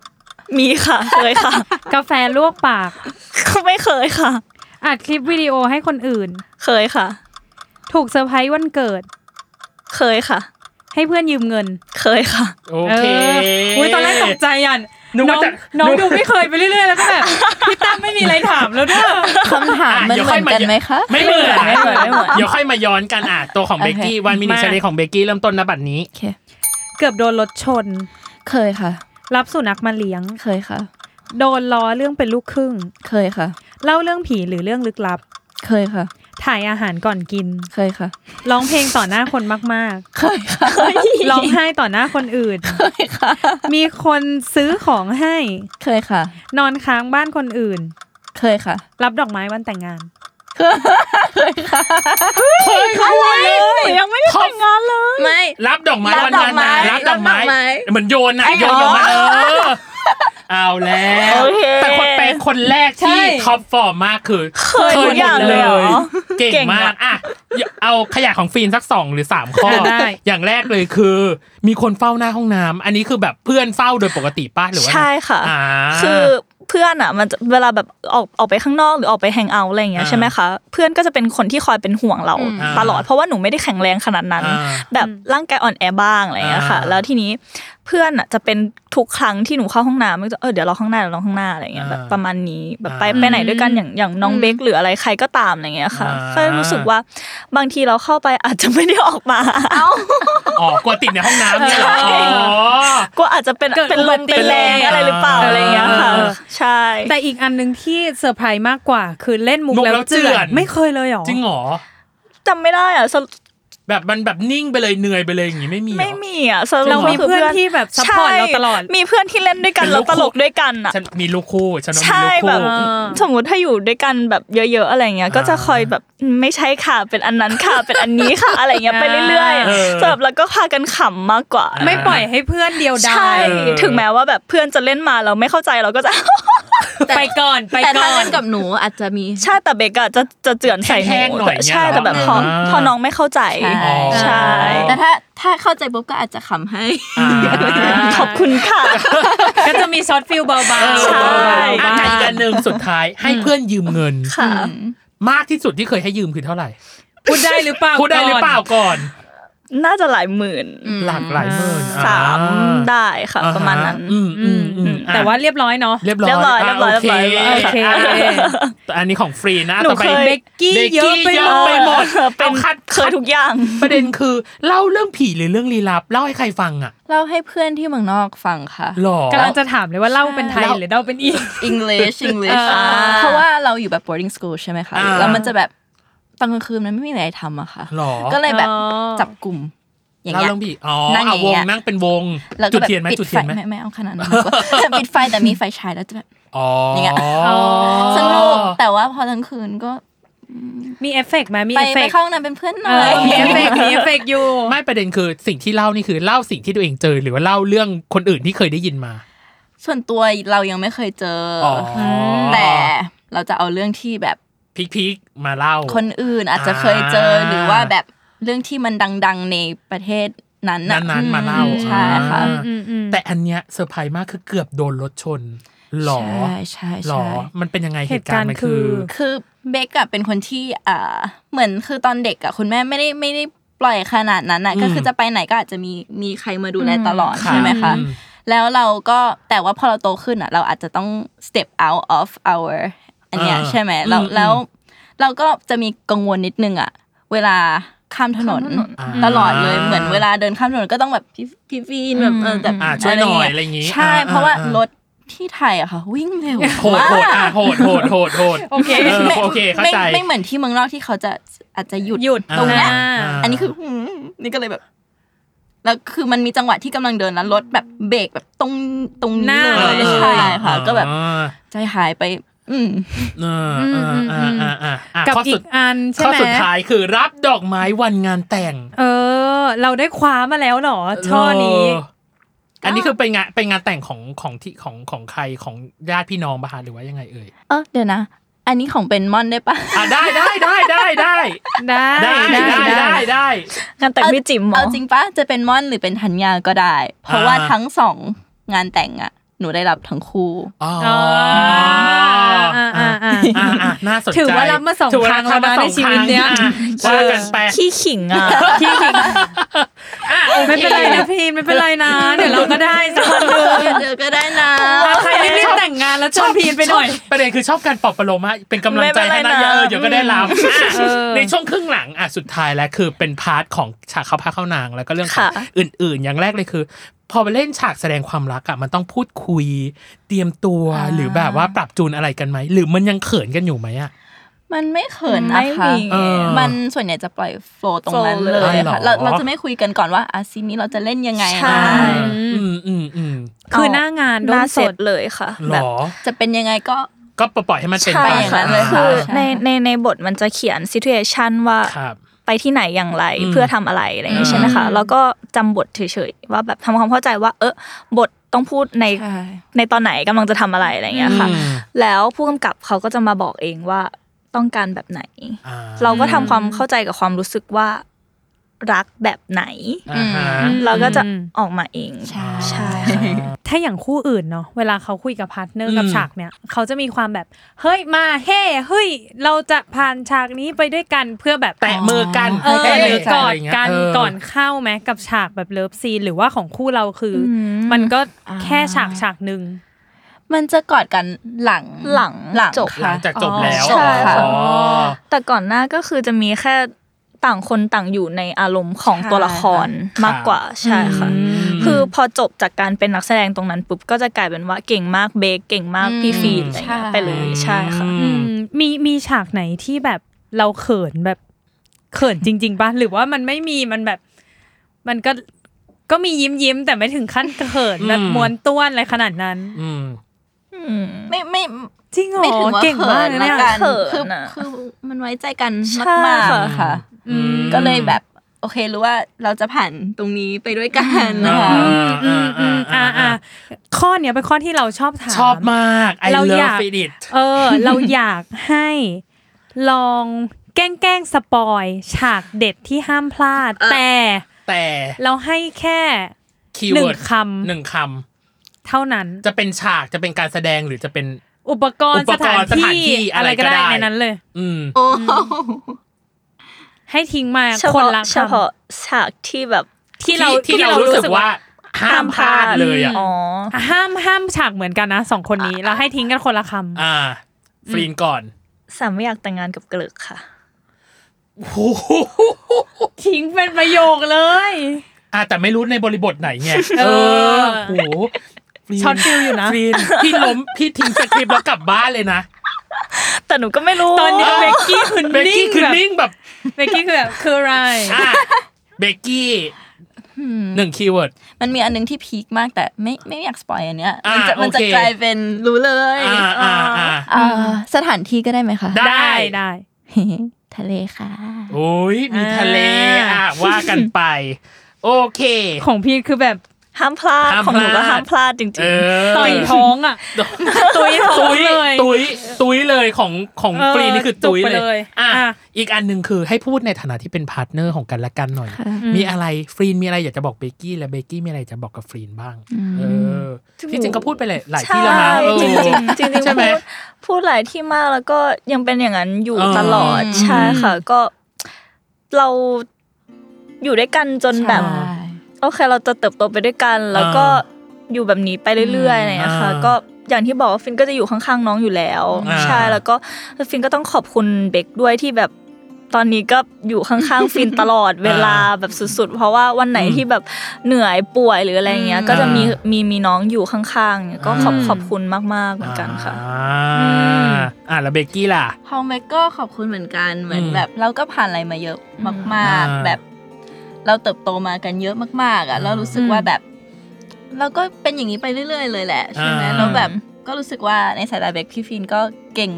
A: ำ
D: มีค่ะเคยค่ะ
A: กาแฟลวกปาก
D: ไม่เคยค่ะ
A: อัดคลิปวิดีโอให้คนอื่น
D: เคยค่ะ
A: ถูกเซอร์ไพรส์วันเกิด
D: เคยค่ะ
A: ให้เพื่อนยืมเงิน
D: เคยค่ะ
B: โอเค
A: อุ้ยตอนแรกตกใจอ่ะ
B: นึก
A: น้อ
B: ว่า
A: ง
B: จะ
A: น้องดูไม่เคยไปเรื่อยๆแล้วก็แบบพี่ตั้มไม่มีอะไรถามแล้ว ด้วย
C: คำถาม
B: อ่ะ
C: มัน
B: เดี๋ยว
C: เห
B: ค่
C: มื
B: อมา
C: อย นกันไหมคะ
B: ไม่เหมือน
D: ไม่เหมือนไม่เหมือน
B: เดี๋ยวค่อยมาย้อนกันอ่ะตัวของ
C: โอ
B: เบ
C: เค
B: กกี้วันมินิ
A: มา
B: ชาลีของเบกกี้เริ่มต้นนบัดนี้
A: เกือบโดนรถชน
C: เคยค่ะ
A: รับสุนัขมาเลี้ยง
C: เคยค่ะ
A: โดนล้อเรื่องเป็นลูกครึ่ง
C: เคยค่ะ
A: เล่าเรื่องผีหรือเรื่องลึกลับ
C: เคยค่ะ
A: ถ่ายอาหารก่อนกิน
C: เคยค่ะ
A: ร้องเพลงต่อหน้าคนมาก
C: เคยค่ะ
A: ๆ ร้องไห้ต่อหน้าคนอื่น
C: เคยค่ะ
A: มีคนซื้อของให้
C: เคยค่ะ
A: นอนค้างบ้านคนอื่น
C: เคยค่ะ
A: รับดอกไม้วันแต่งงาน
B: เคยคุยเลย
D: ยังไม่ได้
B: ท็อป
D: แต่งงานเลย
C: ไม่
B: รับดอกไม้
C: รับ
B: วันงานนะ
C: ดอกไม้
B: รับดอกไม้
C: รับดอกไม้
B: เหมือนโยนอ่ะโยนดอกไม้เออเอาแล้ว
D: โอเค
B: แต่คนเป็นคนแรกที่
C: ใช่
B: ท็อปฟอร์มมากคือ
D: เคยทุกอย่าง
B: หมด
D: เลยเหรอ
B: เก่ง
D: เก่ง
B: มาม
D: าก ก
B: อ่ะเอาขยะของฟินสักสองหรือสามข้อ
A: ได้
B: อย่างแรกเลยคือ มีคนเฝ้าหน้าห้องน้ำอันนี้คือแบบเพื่อนเฝ้าโดยปกติป้าหรือว่า
D: ใช่ค่ะ
B: อ่า
D: คือเพื่อนอ่ะมันจะเวลาแบบออกออกไปข้างนอกหรือออกไปแฮงเอาท์อะไรอย่างเงี้ย
B: อ่า
D: ใช่ไหมคะเพื่อนก็จะเป็นคนที่คอยเป็นห่วงเรา
C: อืม
D: ตลอดเพราะว่าหนูไม่ได้แข็งแรงขนาดนั้น
B: อ่า
D: แบบร่างกายอ่อนแอบ้างอะไรอย่างเงี้ยค่ะ
B: อ่า
D: แล้วทีนี้เพื่อนอ่ะจะเป็นทุกครั้งที่หนูเข้าห้องน้ำมันจะเออเดี๋ยวรอข้างหน้าเดี๋ยวรอข้างหน้าอะไรอย่างเงี้ยแบบ
B: อ่า
D: ประมาณนี้แบบไป
B: อ่า
D: ไปไหนด้วยกันอย่างอย่างน้องเบคหรืออะไรใครก็ตามอะไรอย่างเงี้ยค่ะ
B: อ่า
D: ก็รู้สึกว่าบางทีเราเข้าไปอาจจะไม่ได้ออกมา
B: อ๋อกลัวติดในห้องน้ำเนี่ยเหรออ๋อ
D: ก็อาจจะเป็น
A: เกิด
D: เป็นลมเป็นแรง
A: อุบัติเหตุ
D: อะไรหรือเปล่าอะไรอย่างเงี้ยค่ะ
B: เออ
D: ใช่
A: แต่อีกอันหนึ่งที่เซอร์ไพรส์มากกว่า คือเล่นมุก
B: มุกแล้
A: แล้ว วเจื
B: เจื
A: อ
B: อน
A: นไม่เคยเลยเหรอ
B: จริงเหรอ
D: จำไม่ได้อ่ะสรุป
B: แบบมันแบบนิ่งไปเลยเหนื่อยไปเลยอย่างงี้ไม่มีเหรอ
D: ไม่มีอ่ะสรุป
A: เรามี
D: ก็คื
A: เพื่อนที่แบบซัพพอร์ต
D: ใช่
A: เราตลอด
D: มีเพื่อนที่เล่นด้วยกัน
B: เป็นลู
D: แล้ว
B: ก
D: ตลกด้วยกันอ่ะ
B: ฉันมีลูกคู่ฉันต้อง
D: ใช่
B: มีลูก
D: แบ
B: คู่
D: บ
A: อ่า
D: สมมติถ้าอยู่ด้วยกันแบบเยอะๆอะไรเงี้ย ก็จะคอยแบบอืมไม่ใช่ค่ะเป็นอันนั้นค่ะ เป็นอันนี้ค่ะอะไรเงี้ยไปเรื่อย
B: เออ
D: ๆสำหรับแล้วก็พากันขำมากกว่า
B: อ่า
A: ไม่ปล่อยให้เพื่อนเดียวดา
D: ใช่
A: ย
B: เออ
D: ถึงแม้ว่าแบบเพื่อนจะเล่นมาเราไม่เข้าใจเราก็จะ
A: ไปก่อนไป
C: แต่
A: ก่
C: ถ้า
A: อ
C: เล่
A: น
C: นกับหนูอาจจะมี
D: ใช่แต่เบกอะจะจะเจือนใส่ห
B: แห้
D: นู
B: งๆหน่อย
D: แต่ใช่
B: เงี้ยเหรอ
D: แต่แบบพอ
B: อ่า
D: พอน้องไม่เข้าใจ
C: ใช่
D: ใช่
C: แต่ถ้าถ้าเข้าใจปุ๊บก็อาจจะขำให้
B: อ่า
D: ขอบคุณค่ะ
A: ก็จะมีช็อตฟิลเบา
B: เออ
A: ๆ
D: ใช่
B: อ่ะอีกอันหนึ่งสุดท้ายให้เพื่อนยืมเงิน
D: ค่ะ
B: มากที่สุดที่เคยให้ยืมคือเท่าไหร่
A: พูดได้หรือเปล่า
B: พูดได้หรือเปล่าก่อน
D: น่าจะหลายหมื่น
B: หลักหลายหมื่นอ่
D: สามได้ค่ะ
B: อ่ฮ
D: ประมาณนั้น
B: อืมอืมอืม
A: แต่ว่าเรียบร้อยเนาะ
B: เรียบร้อย
D: เรียบร้อย
B: ะโอเค
D: เรียบร้อ
A: โอ
D: ย
A: เค
B: แต่อันนี้ของฟรีนะ
D: หนู
B: ต่อไป
D: เคย
A: เบกกี้เยอะไป
B: เบกกี้เย
A: หม
B: อะไปหม
A: ด
B: ด
D: เป็
B: เอา
D: น
B: คัด
D: เคยทุกอย่าง
B: ประเด็นคือเล่าเรื่องผีหรือเรื่องลี้ลับเล่าให้ใครฟังอ่ะ
C: เล่าให้เพื่อนที่เมืองนอกฟังค่ะ
B: หรอ
A: กำลังจะถามเลยว่าเล่าเป็นไทยหรือเล่าเป็นอีก
C: English English
D: อ่า
C: เพราะว่าเราอยู่แบบ boarding school ใช่ไหมคะ
B: อ่า
C: แล้วมันจะแบบตอนกลางคืนมันไม่มีอะไรทำอะค่ะ
B: หรอ
C: ก็เลยแบบ
A: อ๋อ
C: จับกลุ่ม อย่าง
B: เล่า
C: เงี้ย
B: เรื่องผีอ๋อ
C: นั่งอ
B: เอา
C: ย่าง
B: ว
C: เงี้
B: ง
C: ย
B: นั่งเป็นวง
C: แล้ว
B: จุด
C: ก็แบบ
B: เทียนไหม
C: ปิด
B: จุด
C: ไฟ
B: เทียนไหม
C: ไม่ไม่เอาขนาด นั้นก็แต่ปิดไฟแต่มีไฟฉายแล้วจะแบบ
B: อ๋ออย่าง
C: เงี้ย
B: อ๋อ
C: สนุกแต่ว่าพอกลางคืนก็
A: มีเอฟเฟกต์ไหมมี
C: ไป
A: เอฟเฟ
C: ไป
A: กต์
C: เข้าห้องน้ำเป็นเพื่อนห
A: เอ
C: น่อ
A: อย มี เอฟเฟกต์มีเอฟเฟกต์อยู่
B: ไม่ประเด็นคือสิ่งที่เล่านี่คือเล่าสิ่งที่ตัวเองเจอหรือว่าเล่าเรื่องคนอื่นที่เคยได้ยินมา
C: ส่วนตัวเรายังไม่เคยเจออ
B: อ๋อ
C: แต่เราจะเอาเรื่องที่แบบ
B: พีคๆมาเล่า
C: คนอื่นอาจจะเคยเจออา หรือว่าแบบเรื่องที่มันดังๆในประเทศนั้นน่ะ
B: นั้นๆมาเล่า
C: อืใช่ค่ะ
B: อ่า แต่อันเนี้ยเซอร์ไพรส์มากคือเกือบโดนรถชนหรอ
C: ใช่ใช่
B: หรอ
C: ใช่
B: มันเป็นยังไงเหตุการณ์มันคือ
A: เหตุการณ์คื
C: คือเบกอะเป็นคนที่อ่าเหมือนคือตอนเด็กอะคุณแม่ไม่ได้ไม่ได้ปล่อยขนาดนั้นน่ะ
B: อืม
C: ก็คือจะไปไหนก็อาจจะมีมีใครมาดูแลตลอด
B: ค่ะ
C: ใช่ไหมคะ
B: อื
C: แล้วเราก็แต่ว่าพอเราโตขึ้นอ่ะ เราอาจจะต้อง step out of our อันเนี้ยใช่ไหมแล้วแล้วเราก็จะมีกังวลนิดนึงอ่ะ เวลาข้ามถนน
B: อ่า
C: ตลอดเลยเหมือนเวลาเดินข้ามถนนก็ต้องแบบพี่พี่ฟีนแบบเออแบบ
B: อ่าช่วยหน่อยอะไรอย่างงี้
C: ใช่
B: อ่า
C: เพราะว่า
B: อ่า
C: รถที่ไทยอะค่ะ วิ่งเร็ว
B: โหดโหดอ่ะโหดโหดโหดโหด
A: โอเค
B: เออโอเคเข้า
C: ไม่
B: ใจ
C: ไม่เหมือนที่เมืองนอกที่เขาจะอาจจะหยุด
A: หยุด
C: ตรงเนี้ย
A: อ่า
C: อันนี้คือ หืมนี่ก็เลยแบบ แล้วคือมันมีจังหวะที่กำลังเดินแล้วรถแบบเบรกแบบตรงตรง
A: ห
C: นี้
A: น้า
C: เลย
A: ออ
C: ใช่ค่ะ ก็แบบ
B: อ่า
C: ใจหายไป อืม
B: เออเออเออเออเอออ่ะ
A: กับ
B: ข้อ
A: อี
B: สุ
A: ก
B: ด
A: อันใช่
B: ข้อ
A: ไหม
B: สุดท้ายคือรับดอกไม้วันงานแต่ง
A: เออ เราได้คว้ามาแล้วเหรอช่อนี้
B: เอออันนี้คือไปงานไปงานแต่งของของที่ของของใครของญาติพี่น้องปะฮะหรือว่ายังไงเอ่ย
C: เออเดี๋ยวนะ อันนี้ของเบนมอนได้ปะ
B: อ่ะได้ได้ได้ได้ได้
A: ได้
B: ได้ได้ได้ได้
D: งานแต่งพี่จิ๋มหมอ
C: เอาจริงปะจะเป็นม่อนหรือเป็นธัญญาก็ได้ เพราะ
B: อ่า
C: ว่าทั้งสองงานแต่งอ่ะ หนูได้รับทั้งคู่
B: อ๋อ
A: อ๋อ
B: อ่า
A: อ่า
B: อ่า
A: อ่าอ่า
B: อ่าน่าสนใจ
A: ถือว่ารับมาสอง
B: ถือว่
A: ครั้งแล้วนะ
B: บมาสอ
A: ในชีวิตเนี้ย
B: ครั้งอ่ะว่ากันไป
D: ขี้ขิงอ่ะ
A: พี่หญิง
B: อ่ะโอค
A: ไม่เป็นไรนะพีนไม่เป็นไรนะ เดี๋ยวเราก็ได้สักวันหนึ่ง
C: เดี๋ยวก็ได้นะ
A: ใครรีบๆแต่งงานแล้วชวนพีนไปหน่อย
B: ชบประเด็นคือชอบการปลอบประโลมฮะเป็นกำลังใจให้นะ
D: ไม่เป็นไรนะ
B: เยอะเดี๋ยวก็ได้รับอ่ะ
A: เออ
B: ในช่วงครึ่งหลังอ่ะสุดท้ายแล้วคือเป็นพาร์ทของฉากเข้าพระเข้านางแล้วก็เรื่องของ
D: ค่ะ
B: อื่น ๆ อย่างแรกเลยคือ พอไปเล่นฉากแสดงความรักอ่ะมันต้องพูดคุย เตรียมตัวหรือแบบว่าปรับจูนอะไรกันไหมหรือมันยังเขินกันอยู่ไหมอ่ะ
C: มันไม่เขินนะคะ
D: ไม่มี
B: เออ
C: มันส่วนใหญ่จะปล่อยโฟลว์ตรงนั้นเล
D: โฟลว์เลย ย
C: ค่ะ
B: อ๋อเหรอ
C: เราเราจะไม่คุยกันก่อนว่าอาซีนนี้เราจะเล่นยังไง
D: ใช่
C: นะ
B: อืมอืมอืม
A: คือหน้างาน
D: ห
A: ด้ว
D: น้าย เส
A: ส
D: ร็
A: ด
D: จเลยค่ะ
B: หรอ
C: จะเป็นยังไงก็
B: ก็ปล่อยให้มันเป็น
D: ใช่
B: ไป
D: ค่ะ
C: อย่างนั้นเล
D: คื
C: ยะ
D: อ
C: ใช่
D: ในในในบทมันจะเขียน situation ว่า
B: ครับ
D: ไปที่ไหนอย่างไร
B: อืม
D: เพื่อทำอะไรอะไรอย่าง
B: อื
D: นี้
B: ม
D: ใช่ไหมคะแล้วก็จำบทเฉยๆว่าแบบทำความเข้าใจว่า เออบทต้องพูดในในตอนไหนกำลังจะทำอะไรอะไรอย่างเงี้ยค่ะ
B: อืม
D: แล้วผู้กำกับเขาก็จะมาบอกเองว่าต้องการแบบไหน
B: อ่
D: เราก็ทำความเข้าใจกับความรู้สึกว่ารักแบบไหน
B: อ่าฮะ
D: เราก็จะ
A: อืม
D: ออกมาเอง
C: ใช่
D: ใช่
A: ถ้าอย่างคู่อื่นเนาะเวลาเขาคุยกับพาร์ทเนอร์กับ
B: อืม
A: ฉากเนี่ยเขาจะมีความแบบ เฮ้ยมาเฮ้เฮ้ย เราจะผ่านฉากนี้ไปด้วยกันเพื่อแบบ
B: แตะมือกัน
A: เออ
B: แตะ
A: ห
B: มื
A: รืออกอด
B: ะไรย่างเงี้ย
A: กัน
B: เ
A: ก่อนเข้าไหมกับฉากแบบเลิฟซีนหรือว่าของคู่เราคืออ
D: ม
A: มันก็แค่
C: อ่า
A: ฉากฉากหนึ่ง
C: มันจะกอดกันหลัง
D: หลัง
C: หลัง
D: จบ
B: หลั
C: ค่ะ
B: งจากจบแล้ว
D: ใช่ค่ะ
B: อ๋อ
D: แต่ก่อนหน้าก็คือจะมีแค่ต่างคนต่างอยู่ในอารมณ์ของ
C: ใช่
D: ตัวละครมากกว่าใช่ค่ะ
B: อืม
D: คือพอจบจากการเป็นนักแสดงตรงนั้นปุ๊บก็จะกลายเป็นว่าเก่งมากเบคเก่งมากพี่ฟีนอะไรอย่างเงี้ยไปเลยใช่ค่ะ
B: อื
A: อื
B: ม
A: มมีมีฉากไหนที่แบบเราเขินแบบเขินจริง ๆป่ะหรือว่ามันไม่มีมันแบบ มันก็ก็มียิ้มยิ้มๆแต่ไม่ถึงขั้นเขิน
B: อืม
A: แบบม้วนต้วนอะไรขนาดนั้น
B: อืม
D: อืม
C: ไม่ไม่
A: จริงเหรอ
C: ไม่ถึงว่า
A: เก่งมากนะ
C: เขิ
A: เนี่ย
C: ละกัน
D: เขิน
C: คือ
D: น่ะ
C: คือมันไว้ใจกัน
D: ใช่
C: มาก
D: ค่ะ
C: ๆค่ะ
A: อืม
C: ก็เลยแบบโอเครู้ว่าเราจะผ่านตรงนี้ไปด้วยกันนะ
B: อื
C: คะ
B: ม
A: อืมอืมอ่าอ่าข้อเนี้ยเป็นข้อที่เราชอบถาม
B: ชอบมาก I
A: เราอยาก
B: love it
A: เออ เราอยากให้ลองแกล้งแกล้งสปอยฉากเด็ดที่ห้ามพลาด แต่
B: แต่
A: เราให้แค่
B: คีย์เวิร์
A: ห
B: ด
A: นึ่งคำ
B: หนึ่งค
A: เท่านั้น
B: ำจะเป็นฉากจะเป็นการแสดงหรือจะเป็น
A: อุปกรณ์
B: อุ
A: ส
B: ปก
A: ถาร น
B: ณ์สถานที่
A: ที่
B: อะ
A: อะไรไร
B: ก็
A: ก็
B: ได้
A: ได้ในนั้นเลย
B: อืม
C: โอ้
A: ให้ทิ้งมา
D: เฉ
A: คน
D: พาะ
A: ละ
D: เฉพาะฉากที่แบบ
A: ที่เรา
B: ที่เรารู้สึกว่าห้ามพลาดเลยอ่ะ
D: อ๋อ
A: ห้ามห้ามฉากเหมือนกันนะสองคนนี้เราให้ทิ้งกันคนละคำ
B: อ่า ฟรีนก่อน
D: สามไม่อยากแต่งงานกับเกลือกค่ะ
B: โอ้โห
A: ทิ้งเป็นประโยคเลย
B: อ่ะแต่ไม่รู้ในบริบทไหนไง
A: เออ
B: โอ้โหฟรีน
A: ช็อตฟิลอยู่นะ
B: ฟรีนพี่ล้มพี่ทิ้งสคริปต์แล้วกลับบ้านเลยนะ
D: แต่หนูก็ไม่รู้
A: ตอนนี้เบกกี้คือ
B: เบก
A: นิ่
B: กี้
A: ง
B: คือ
A: แบบ
B: นิ่งแบบ
A: เบกกี้คือแบบคืออะไร
B: อ่ะเบกกี้หนึ่งคีย์เวิร์ด
C: มันมีอันนึงที่พีคมากแต่ไม่ไม่อยากสปอยอันเนี้ย
B: อ่า
C: มันจะ
B: โอเค
C: มันจะกลายเป็นรู้เลย
B: อ่าอ่าอ่า
C: อ่าสถานที่ก็ได้ไหมคะ
B: ได้
A: ได้
C: ทะเลค่ะ
B: โอ้ยมี
A: อ่า
B: ทะเลอ่ะว่ากันไป โอเค
A: ของพีทคือแบบ
D: ห้ามพลาด
B: ห้าม
D: ของหนู
B: พ
D: ก็
B: ลาด
D: ห้ามพลาดจริ
B: เอง อ
A: ต่อย ท้องอ่ะ ตุยท้อง
B: ตุย
A: เลย
B: ตุยตุยเลยของของ
A: เออ
B: ฟรีนี่คือตุย
A: จุกไป
B: เล
A: เลย ย
B: อ่ะ
A: อ่ะ
B: อีกอันหนึ่งคือให้พูดในฐานะที่เป็นพาร์ทเนอร์ของกันและกันหน่อย มีอะไรฟรีนมีอะไรอยากจะบอกเบกกี้และเบกกี้มีอะไรจะบอกกับฟรีนบ้างเออที่จริงก็พูดไปหลายหลาย
D: ๆ
B: ที่แล้วนะเออ
D: จริงจริงๆจริงๆ
B: ใช่ไหม
D: พูดพูดหลายที่มากแล้วก็ยังเป็นอย่างนั้นอยู่
B: เออ
D: ตลอดใช่ค่ะ ก็ เราอยู่ด้วยกันจนแบบ โอเคเราจะเติบโตไปด้วยกัน แล้วก็อยู่แบบนี้ไปเรื่อยๆอะไรอย่างเงี้ยค่ะ
B: อ่า
D: ก็อย่างที่บอกว่าฟินก็จะอยู่ข้างๆน้องอยู่แล้ว
B: อ่า
D: ใช่แล้วก็ฟินก็ต้องขอบคุณเบคด้วยที่แบบตอนนี้ก็อยู่ข้างๆ ฟินตลอดเวลาแบบสุดๆ เพราะว่าวันไหน
B: อืม
D: ที่แบบเหนื่อยป่วยหรืออะไรอย่างเงี้ย ก็จะมี
B: อ่ามี
D: มีมีน้องอยู่ข้างๆ ก็ขอบ
B: อืม
D: ขอบคุณมากๆเหมือนกันค่ะ
B: อ่าอ่ะแล้วเบกกี้ล่ะ
C: ฮองเมกก็ขอบคุณเหมือนกันเหมือน
B: อืม
C: แบบเราก็ผ่านอะไรมาเยอะมาก
B: อ่า
C: ๆ แบบ เราเติบโตมากันเยอะมาก ๆอ่ะ
B: อืม
C: เรารู้สึกว่าแบบ เราก็เป็นอย่างนี้ไปเรื่อย ๆ เลยแหละใช่ไหม
B: อ่า
C: แล้วแบบก็รู้สึกว่าในสายตาเบคพี่ฟินก็เก่ง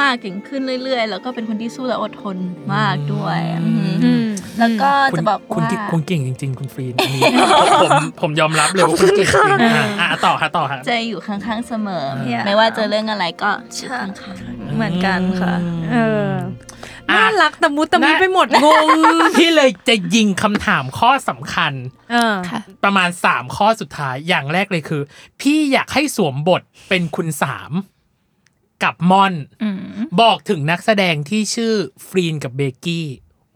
C: มาก ๆ เก่งขึ้นเรื่อย ๆ แล้วก็เป็นคนที่สู้และอดทนมากด้วยอืมแล้วก็จะบอก
B: คุณ
C: ว่า
B: คุณคุณเก่งจริง ๆ คุณฟรีนอันนี้ ผมผมยอมรับเลยว่าคุณเก่งจริงๆอ่ะอ่ะต่อค่ะต่อค่ะ
C: เจออยู่ข้างๆเสมอ
B: เนี่ย
C: ไม่ว่าเจอเรื่องอะไรก็
D: ใช่
C: อยู่ข้างๆ
B: อื
D: เหมือนกันค่ะ
A: เออ
B: อ่ะ
A: น่ารักตะมุตะมิไปหมดงง
B: ที่เลยจะยิงคำถามข้อสำคัญ
A: เออ
C: ค่ะ
B: ประมาณ 3 ข้อสุดท้ายอย่างแรกเลยคือ พี่อยากให้สวมบทเป็นคุณสามกับมอน
D: อืม
B: บอกถึงนักแสดงที่ชื่อฟรีนกับเบกกี้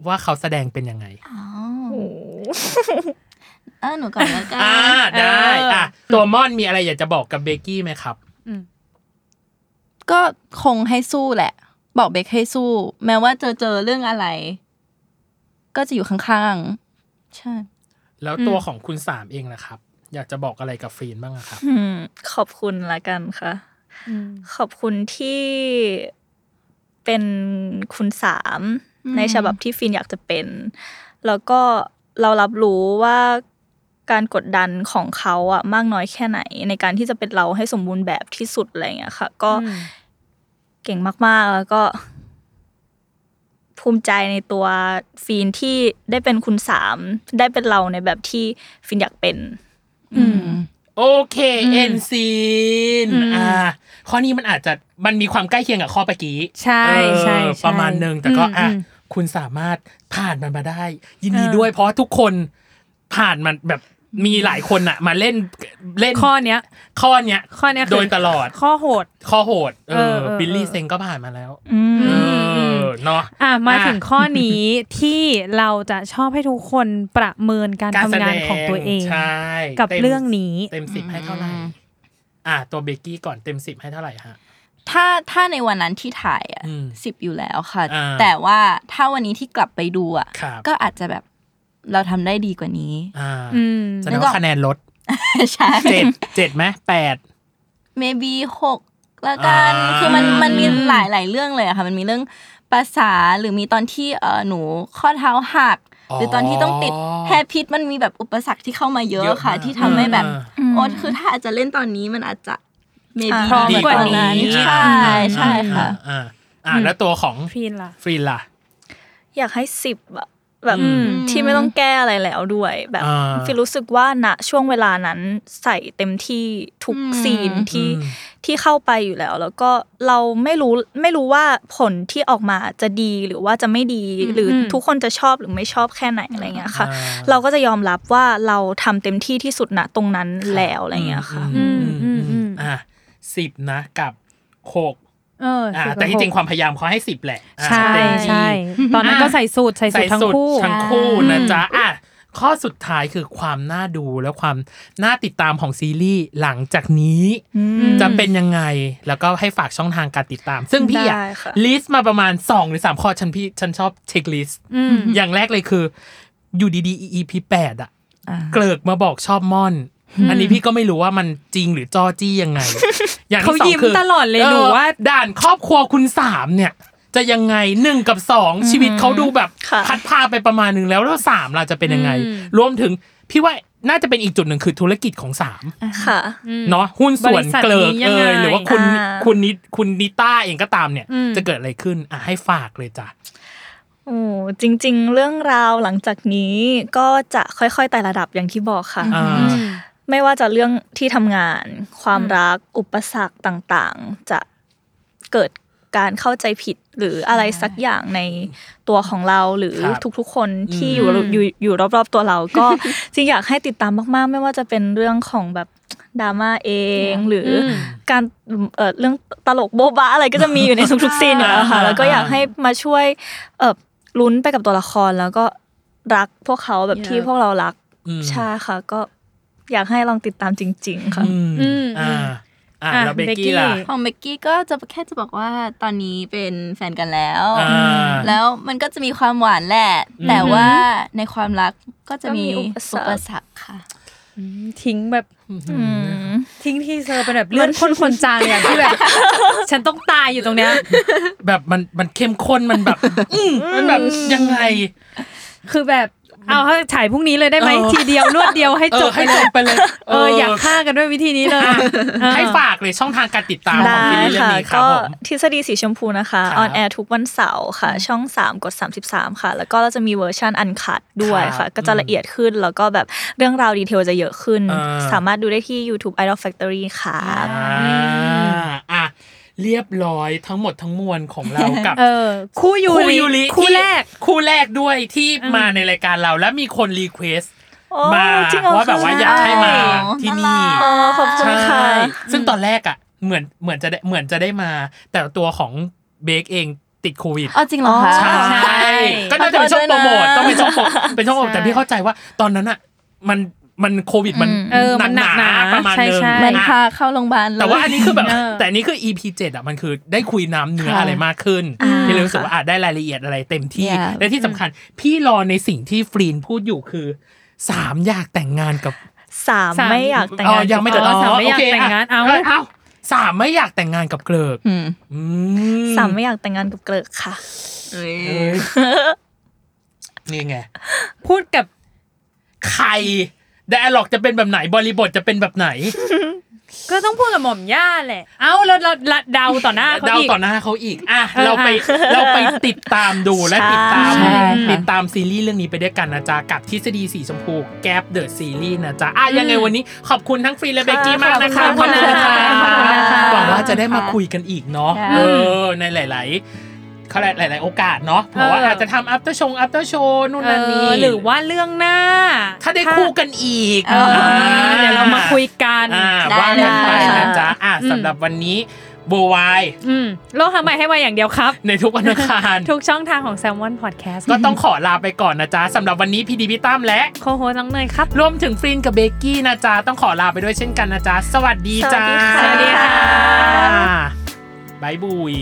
B: ว่าเขาแสดงเป็นยังไง
C: อ๋อ
D: โอ้
C: เออหนูก่อนแล้วกัน
B: อ่าได้
A: เอออ่
B: อ่ะตัวมอนมีอะไรอยากจะบอกกับเบกกี้ไหมครับ
A: อืม
C: ก็คงให้สู้แหละ บอกเบคให้สู้ แม้ว่าเจอเจอเรื่องอะไร ก็จะอยู่ข้างๆ ใช่
B: แล้วตัวของคุณสามเองนะครับ อยากจะบอกอะไรกับฟรีนบ้างอะครับ
D: อืมขอบคุณละกันค่ะ
A: อืม
D: ขอบคุณที่เป็นคุณสาม
C: อืม
D: ในฉบับที่ฟินอยากจะเป็น แล้วก็เรารับรู้ว่าการกดดันของเขาอะมากน้อยแค่ไหน ในการที่จะเป็นเราให้สมบูรณ์แบบที่สุดอะไรอย่างเงี้ยค่ะ ก็
A: อืม
D: เก่งมากๆแล้วก็ ภูมิใจในตัวฟินที่ได้เป็นคุณสามได้เป็นเราในแบบที่ฟินอยากเป็น
C: อืม
B: โอเคเอ็นซีนอ่าข้อนี้มันอาจจะมันมีความใกล้เคียงกับข้อปะกี้
A: ใช่ใช่
B: เออ
A: ใช่
B: ประมาณหนึ่งแต่ก็
A: อืม
B: อ่ะ
A: อืม
B: คุณสามารถผ่านมันมาได้ ยินดีด้วย เพราะทุกคนผ่านมันแบบมีหลายคนอะมาเล่นเล่น
A: ข้อเนี้ย
B: ข้อเนี้ย
A: ข้อเนี้ยคือ
B: โดยตลอด
A: ข้อโหด
B: ข้อโหดเอ
A: เอ
B: อ
A: อเออ
B: บิลลี่เซงก็ผ่านมาแล้ว
D: อืม
B: เออเนาะ
A: อ่ะมา
B: อ่ะ
A: ถึงข้อนี้ ที่เราจะชอบให้ทุกคนประเมินการทำงา
B: การ
A: น
B: แสดง
A: ของตัวเอง
B: ใช่
A: กับ
B: เต็ม
A: เรื่องนี้
B: เต็มสิบให้เท่าไหร่
C: อืม
B: อ่ะตัวเบกกี้ก่อนเต็มสิบให้เท่าไหร่ฮะ
C: ถ้าถ้าในวันนั้นที่ถ่ายอ่ะ
B: อืม
C: สิบอยู่แล้วค่ะ
B: อ่า
C: แต่ว่าถ้าวันนี้ที่กลับไปดูอ่ะ
B: ครับ
C: ก็อาจจะแบบเราทำได้ดีกว่านี้
B: อ่า
A: อืม
B: แสดงว่าคะแนนลด
C: ใช่
B: เจ็ดเจ็ดไหมแปด
C: maybe หกละกัน
B: อ่า
C: คือมันมันมีหลายหลายเรื่องเลยอะค่ะ มันมีเรื่องภาษาหรือมีตอนที่เออหนูข้อเท้าหัก หรือตอนที่ต้องติดแฮร์พิษมันมีแบบอุปสรรคที่เข้ามาเยอะค่ะ
B: มาก
C: ที่ทำให้แบบ
B: เออ
C: โอ๊ตคือถ้าอาจจะเล่นตอนนี้มันอาจจะ maybe
D: พร้อม
C: ดีกว่านั้น
B: กว่านี้
C: ใช่ใช่ค่ะ
B: อ่าอ่าแล้วตัวของ
A: พีนล่ะ
B: ฟรีนล่ะ
D: อยากให้สิบอะแบบ
B: อืม
D: ที่ไม่ต้องแก้อะไรแล้วด้วย แบบ
B: อ่า
D: ฟิลรู้สึกว่าณช่วงเวลานั้นใส่เต็มที่ทุก
C: อืม
D: ซีนที่
B: อืม
D: ที่เข้าไปอยู่แล้ว แล้วก็เราไม่รู้ไม่รู้ว่าผลที่ออกมาจะดีหรือว่าจะไม่ดีหรืออ
A: ม
D: ทุกคนจะชอบหรือไม่ชอบแค่ไหนอะไรเงี้ยค่ะ
B: อ่า
D: เราก็จะยอมรับว่าเราทำเต็มที่ที่สุดณตรงนั้นแล้วอะไรเงี้ยค่ะ
B: อืม
A: อืมอืม
B: อ่ะสิบนะกับหก
A: เออ
B: อ่า
A: สิบกับ
B: แต่ที่จริง
A: ห
B: ความพยายามเขาให้สิบแหละอ่ะ
A: ใช่
B: เต็มที่
A: ใช่ ตอนนั้นก็ใส่สูตรใส่สูตรทั้งคู่
B: ทั้งคู่
C: ใช่
B: นะจ๊ะอ่ะข้อสุดท้ายคือความน่าดูและความน่าติดตามของซีรีส์หลังจากนี้
A: ม
B: จะเป็นยังไง แล้วก็ให้ฝากช่องทางการติดตาม ซึ่งพี่อะ
D: ได้ค่ะ
B: ลิสต์มาประมาณ 2 หรือ 3 ข้อฉันพี่ฉันชอบเช็คลิสต์
A: อืม
B: อย่างแรกเลยคือ อยู่ดีๆ EP 8 อ่ะ
C: อ่า
B: เกลิกมาบอกชอบม่อน อันนี้พี่ก็ไม่รู้ว่ามันจริงหรือจ้อจี้ยังไง อย่างที่ส
A: เขา
B: อง
A: ยิ้ม
B: คือ
A: ตลอดเลยหนูว่า
B: เออด่านครอบครัวคุณสามเนี่ย จะยังไงหนึ่งกับสองชีวิตเขาดูแบบ
D: ค่ะ
B: พัดพาไปประมาณหนึ่งแล้วแล้วสามเราจะเป็นยังไง
A: อืม
B: รวมถึงพี่ว่าน่าจะเป็นอีกจุดหนึ่งคือธุรกิจของสาม
D: ค่ะ
A: อืม
B: เนาะหุ้นส่วน
A: บริษัท
B: เกลิก
A: นี้ยัง
B: เอ
A: ไง
B: ยหรือว่าคุณ
D: อ่า
B: คุณนิคุณนิต้าเองก็ตามเนี่ย
A: อืม
B: จะเกิดอะไรขึ้นอ่ะให้ฝากเลยจ้ะ
D: โอ้จริง ๆ เรื่องราวหลังจากนี้ก็จะค่อยๆไต่ระดับอย่างที่บอกค่ะ
B: อ่า
A: อืม
D: ไม่ว่าจะเรื่องที่ทำงาน ความ
A: อืม
D: รักอุปสรรคต่างๆ จะเกิดการเข้าใจผิดหรืออะไรสักอย่างในตัวของเราหรือ
B: ครับ
D: ทุกๆ คนที่
B: อืม
D: อยู่อยู่อยู่รอบๆตัวเรา ก็ จริงอยากให้ติดตามมากๆ ไม่ว่าจะเป็นเรื่องของแบบดราม่าเองหรืออ
A: ม
D: การเอ่อเรื่องตลกโบ๊ะบะอะไรก็จะมีอยู่ในทุกๆซีนอยู่แล้วค่ะแล้วก็อยากให้มาช่วยเออลุ้นไปกับตัวละครแล้วก็รักพวกเขาแบบที่พวกเรารัก
B: อืม
D: ใช่ค่ะก็อยากให้ลองติดตามจริง ๆ ค่ะ
B: อืม
A: อืม
B: อ่าอ่ะ
A: อ่ะ
B: แล้วเบก
A: เบกกี้
B: กี้ล่ะ
C: ของเบกกี้ก็จะแค่จะบอกว่าตอนนี้เป็นแฟนกันแล้ว
B: อ่า
C: แล้วมันก็จะมีความหวานแหละ
B: อืม
C: แต่ว่าในความรักก็จะมี
D: ก็มีอุ
C: อุ
D: ปสรรค
C: ปสรรคค่ะ
A: อืมทิ้งแบบ
D: อืม
A: ทิ้งที่เธอเป็นแบบเลือดข้นคนจางอย่างที่แบบ ฉันต้องตายอยู่ตรงเนี้ย
B: แบบมันมันเข้มข้นมันแบบ อื้อมันแบบยังไง
A: คือแบบเอาให้ฉายพรุ่งนี้เลยได้ไหม
B: เออ
A: ทีเดียวรวดเดียวให้
B: เอ
A: จ
B: อบ
A: ไป
B: ให้
A: เล
B: จ
A: ย
B: บไปเลย
A: เอออยากฆ่ากันด้วยวิธีนี้เลยเออ
B: ให้ฝากเลยช่องทางการติดตามของ
D: ได้
B: ซีรีส์เรื่อ
D: ค่ะ
B: งนี้ครับ
D: ก็
B: ผม
D: ทฤษฎีสีชมพูนะคะ
B: ครับ
D: ออนแอร์ทุกวันเสาร์ค่ะ ช่อง 3 กด 33 ค่ะ แล้วก็เราจะมีเวอร์ชันอันคัดด้วย
B: ครั
D: ค่ะ
B: บ
D: ก็จะละเอียดขึ้น แล้วก็แบบเรื่องราวดีเทลจะเยอะขึ้น
B: อ่า
D: สามารถดูได้ที่ YouTube Idol Factory ค่ะ
B: อ่าอ่ะ เรียบร้อยทั้งหมดทั้งมวลของเรากับ
A: เออ คู่ยูริคู่
B: ที่
A: แรก
B: คู่แรกด้วยที่
A: อืม
B: มาในรายการเราและมีคนรีเควสต์
D: โอ้
B: มา
D: จริงเหร
B: ว่าแบบว่าอยากให้มา
C: อ๋อ
B: ที่
C: น่า
B: นี่
C: รัก
D: อ๋อขอบคุณ
B: ใช่
D: ค่ะ
B: ซึ่งตอนแรกอ่ะเหมือนเหมือนจะได้เหมือนจะได้มา แต่ตัวของเบคเองติดโควิด
C: เอาจริงเหรอคะ
B: ใช่ก็น่าจะเป็นช่องโปรโมทต้องเป็นช่องโปรเป็นช่องโปรโมท
A: ใช่
B: แต่พี่เข้าใจว่าตอนนั้นอ่ะมันมันโควิดมัน
D: อืม
A: เออมันหนักหนา
B: ประมาณนึง
A: ใช่ใช่
C: มัน
B: อ่ะ
C: พาเข้าโรงพยาบาลเลย
B: แต่ว่าอันนี้คือแบบ
A: เออ
B: แต่อันนี้คือ EP 7อ่ะมันคือได้คุยน้ำเนื้อ
C: ค่ะ
B: อะไรมากขึ้น
C: อ่า
B: ที่เรารู้สึกว่าอาจได้รายละเอียดอะไรเต็มที่
C: Yeah
B: และที่สำคัญ พี่รอในสิ่งที่ฟรีนพูดอยู่คือสามอยากแต่งงานกับ
D: สาม
A: สาม
D: ไม่อยากแต่
B: อ๋อง
D: งาน
B: ยังไม่แต่
A: อ๋อสามไม่อยาก
B: โเค
A: แต่งงาน
B: อ่ะ
A: เอา
B: เอาสามไม่อยากแต่งงานกับเกลิก
C: อืม
B: อื
D: สามไม่อยากแต่งงานกับเกลิกค่ะ
B: เอ้ยนี่ไง
A: พูดกับ
B: ใครไดอะล็อกจะเป็นแบบไหนบริบทจะเป็นแบบไหน
A: ก็ต้องพูดกับหม่อมย่าแหละ เอ้าแล้วเราเราเดาต่อหน้าเขา
B: เดา
A: อีก
B: ต่อหน้าเขาอีกอ่ะ
A: เออ
B: เราไป
A: อ่ะ
B: เราไปติดตามดูและติดตาม
C: ใช่ค่ะ
B: ติดตามซีรีส์เรื่องนี้ไปด้วยกันนะจ๊ะ กับทฤษฎีสีชมพูแกปเดอะซีรีส์นะจ๊ะ อ่ะ ยังไงวันนี้ขอบคุณทั้งฟรีและเบกกี้มากนะคะ
D: ขอบคุณ
B: ขอบ
D: ค่ะ
B: ณ
D: ขอบคุณนะคะ
B: หวังว่าจะได้มาคุยกันอีกเนาะ
C: ใช่
B: เออ ในหลาย ๆเขาเรียกหลาย ๆ โอกาสเนาะเพราะว่า
A: เอออ
B: อาจจะทำอั t เ r อร์ชงอั t เ r อร์โชว์นู่น
A: เอ
B: นั่นนี่
A: อหรือว่าเรื่องหน้า
B: ถ้าได้คู่กันอีก
A: เออเดี๋ยวเรามาคุยกัน
B: อ่า
C: ได้
B: ว่ากันไปนะ
C: ได้ค่ะ
B: จ๊ะ อ่ะ
A: อืม
B: สำหรับวันนี้โบวาย
A: อืมโลกทำใหม่ให้ไวอย่างเดียวครับ
B: ในทุกวันอังคาร
A: ทุกช่องทางของ s ซ l m o n Podcast
B: ก็ต้องขอลาไปก่อนนะจ๊ะสำหรับวันนี้พี่ดีพี่ตั้มและ
A: โคโฮสน้องเนยครับ
B: รวมถึงฟรินกับเบกกี้นะจ๊ะ ต้องขอลาไปด้วยเช่นกันนะจ๊ะ สวัสดีจ้า
D: สวัสดีค่ะ
B: บายบุย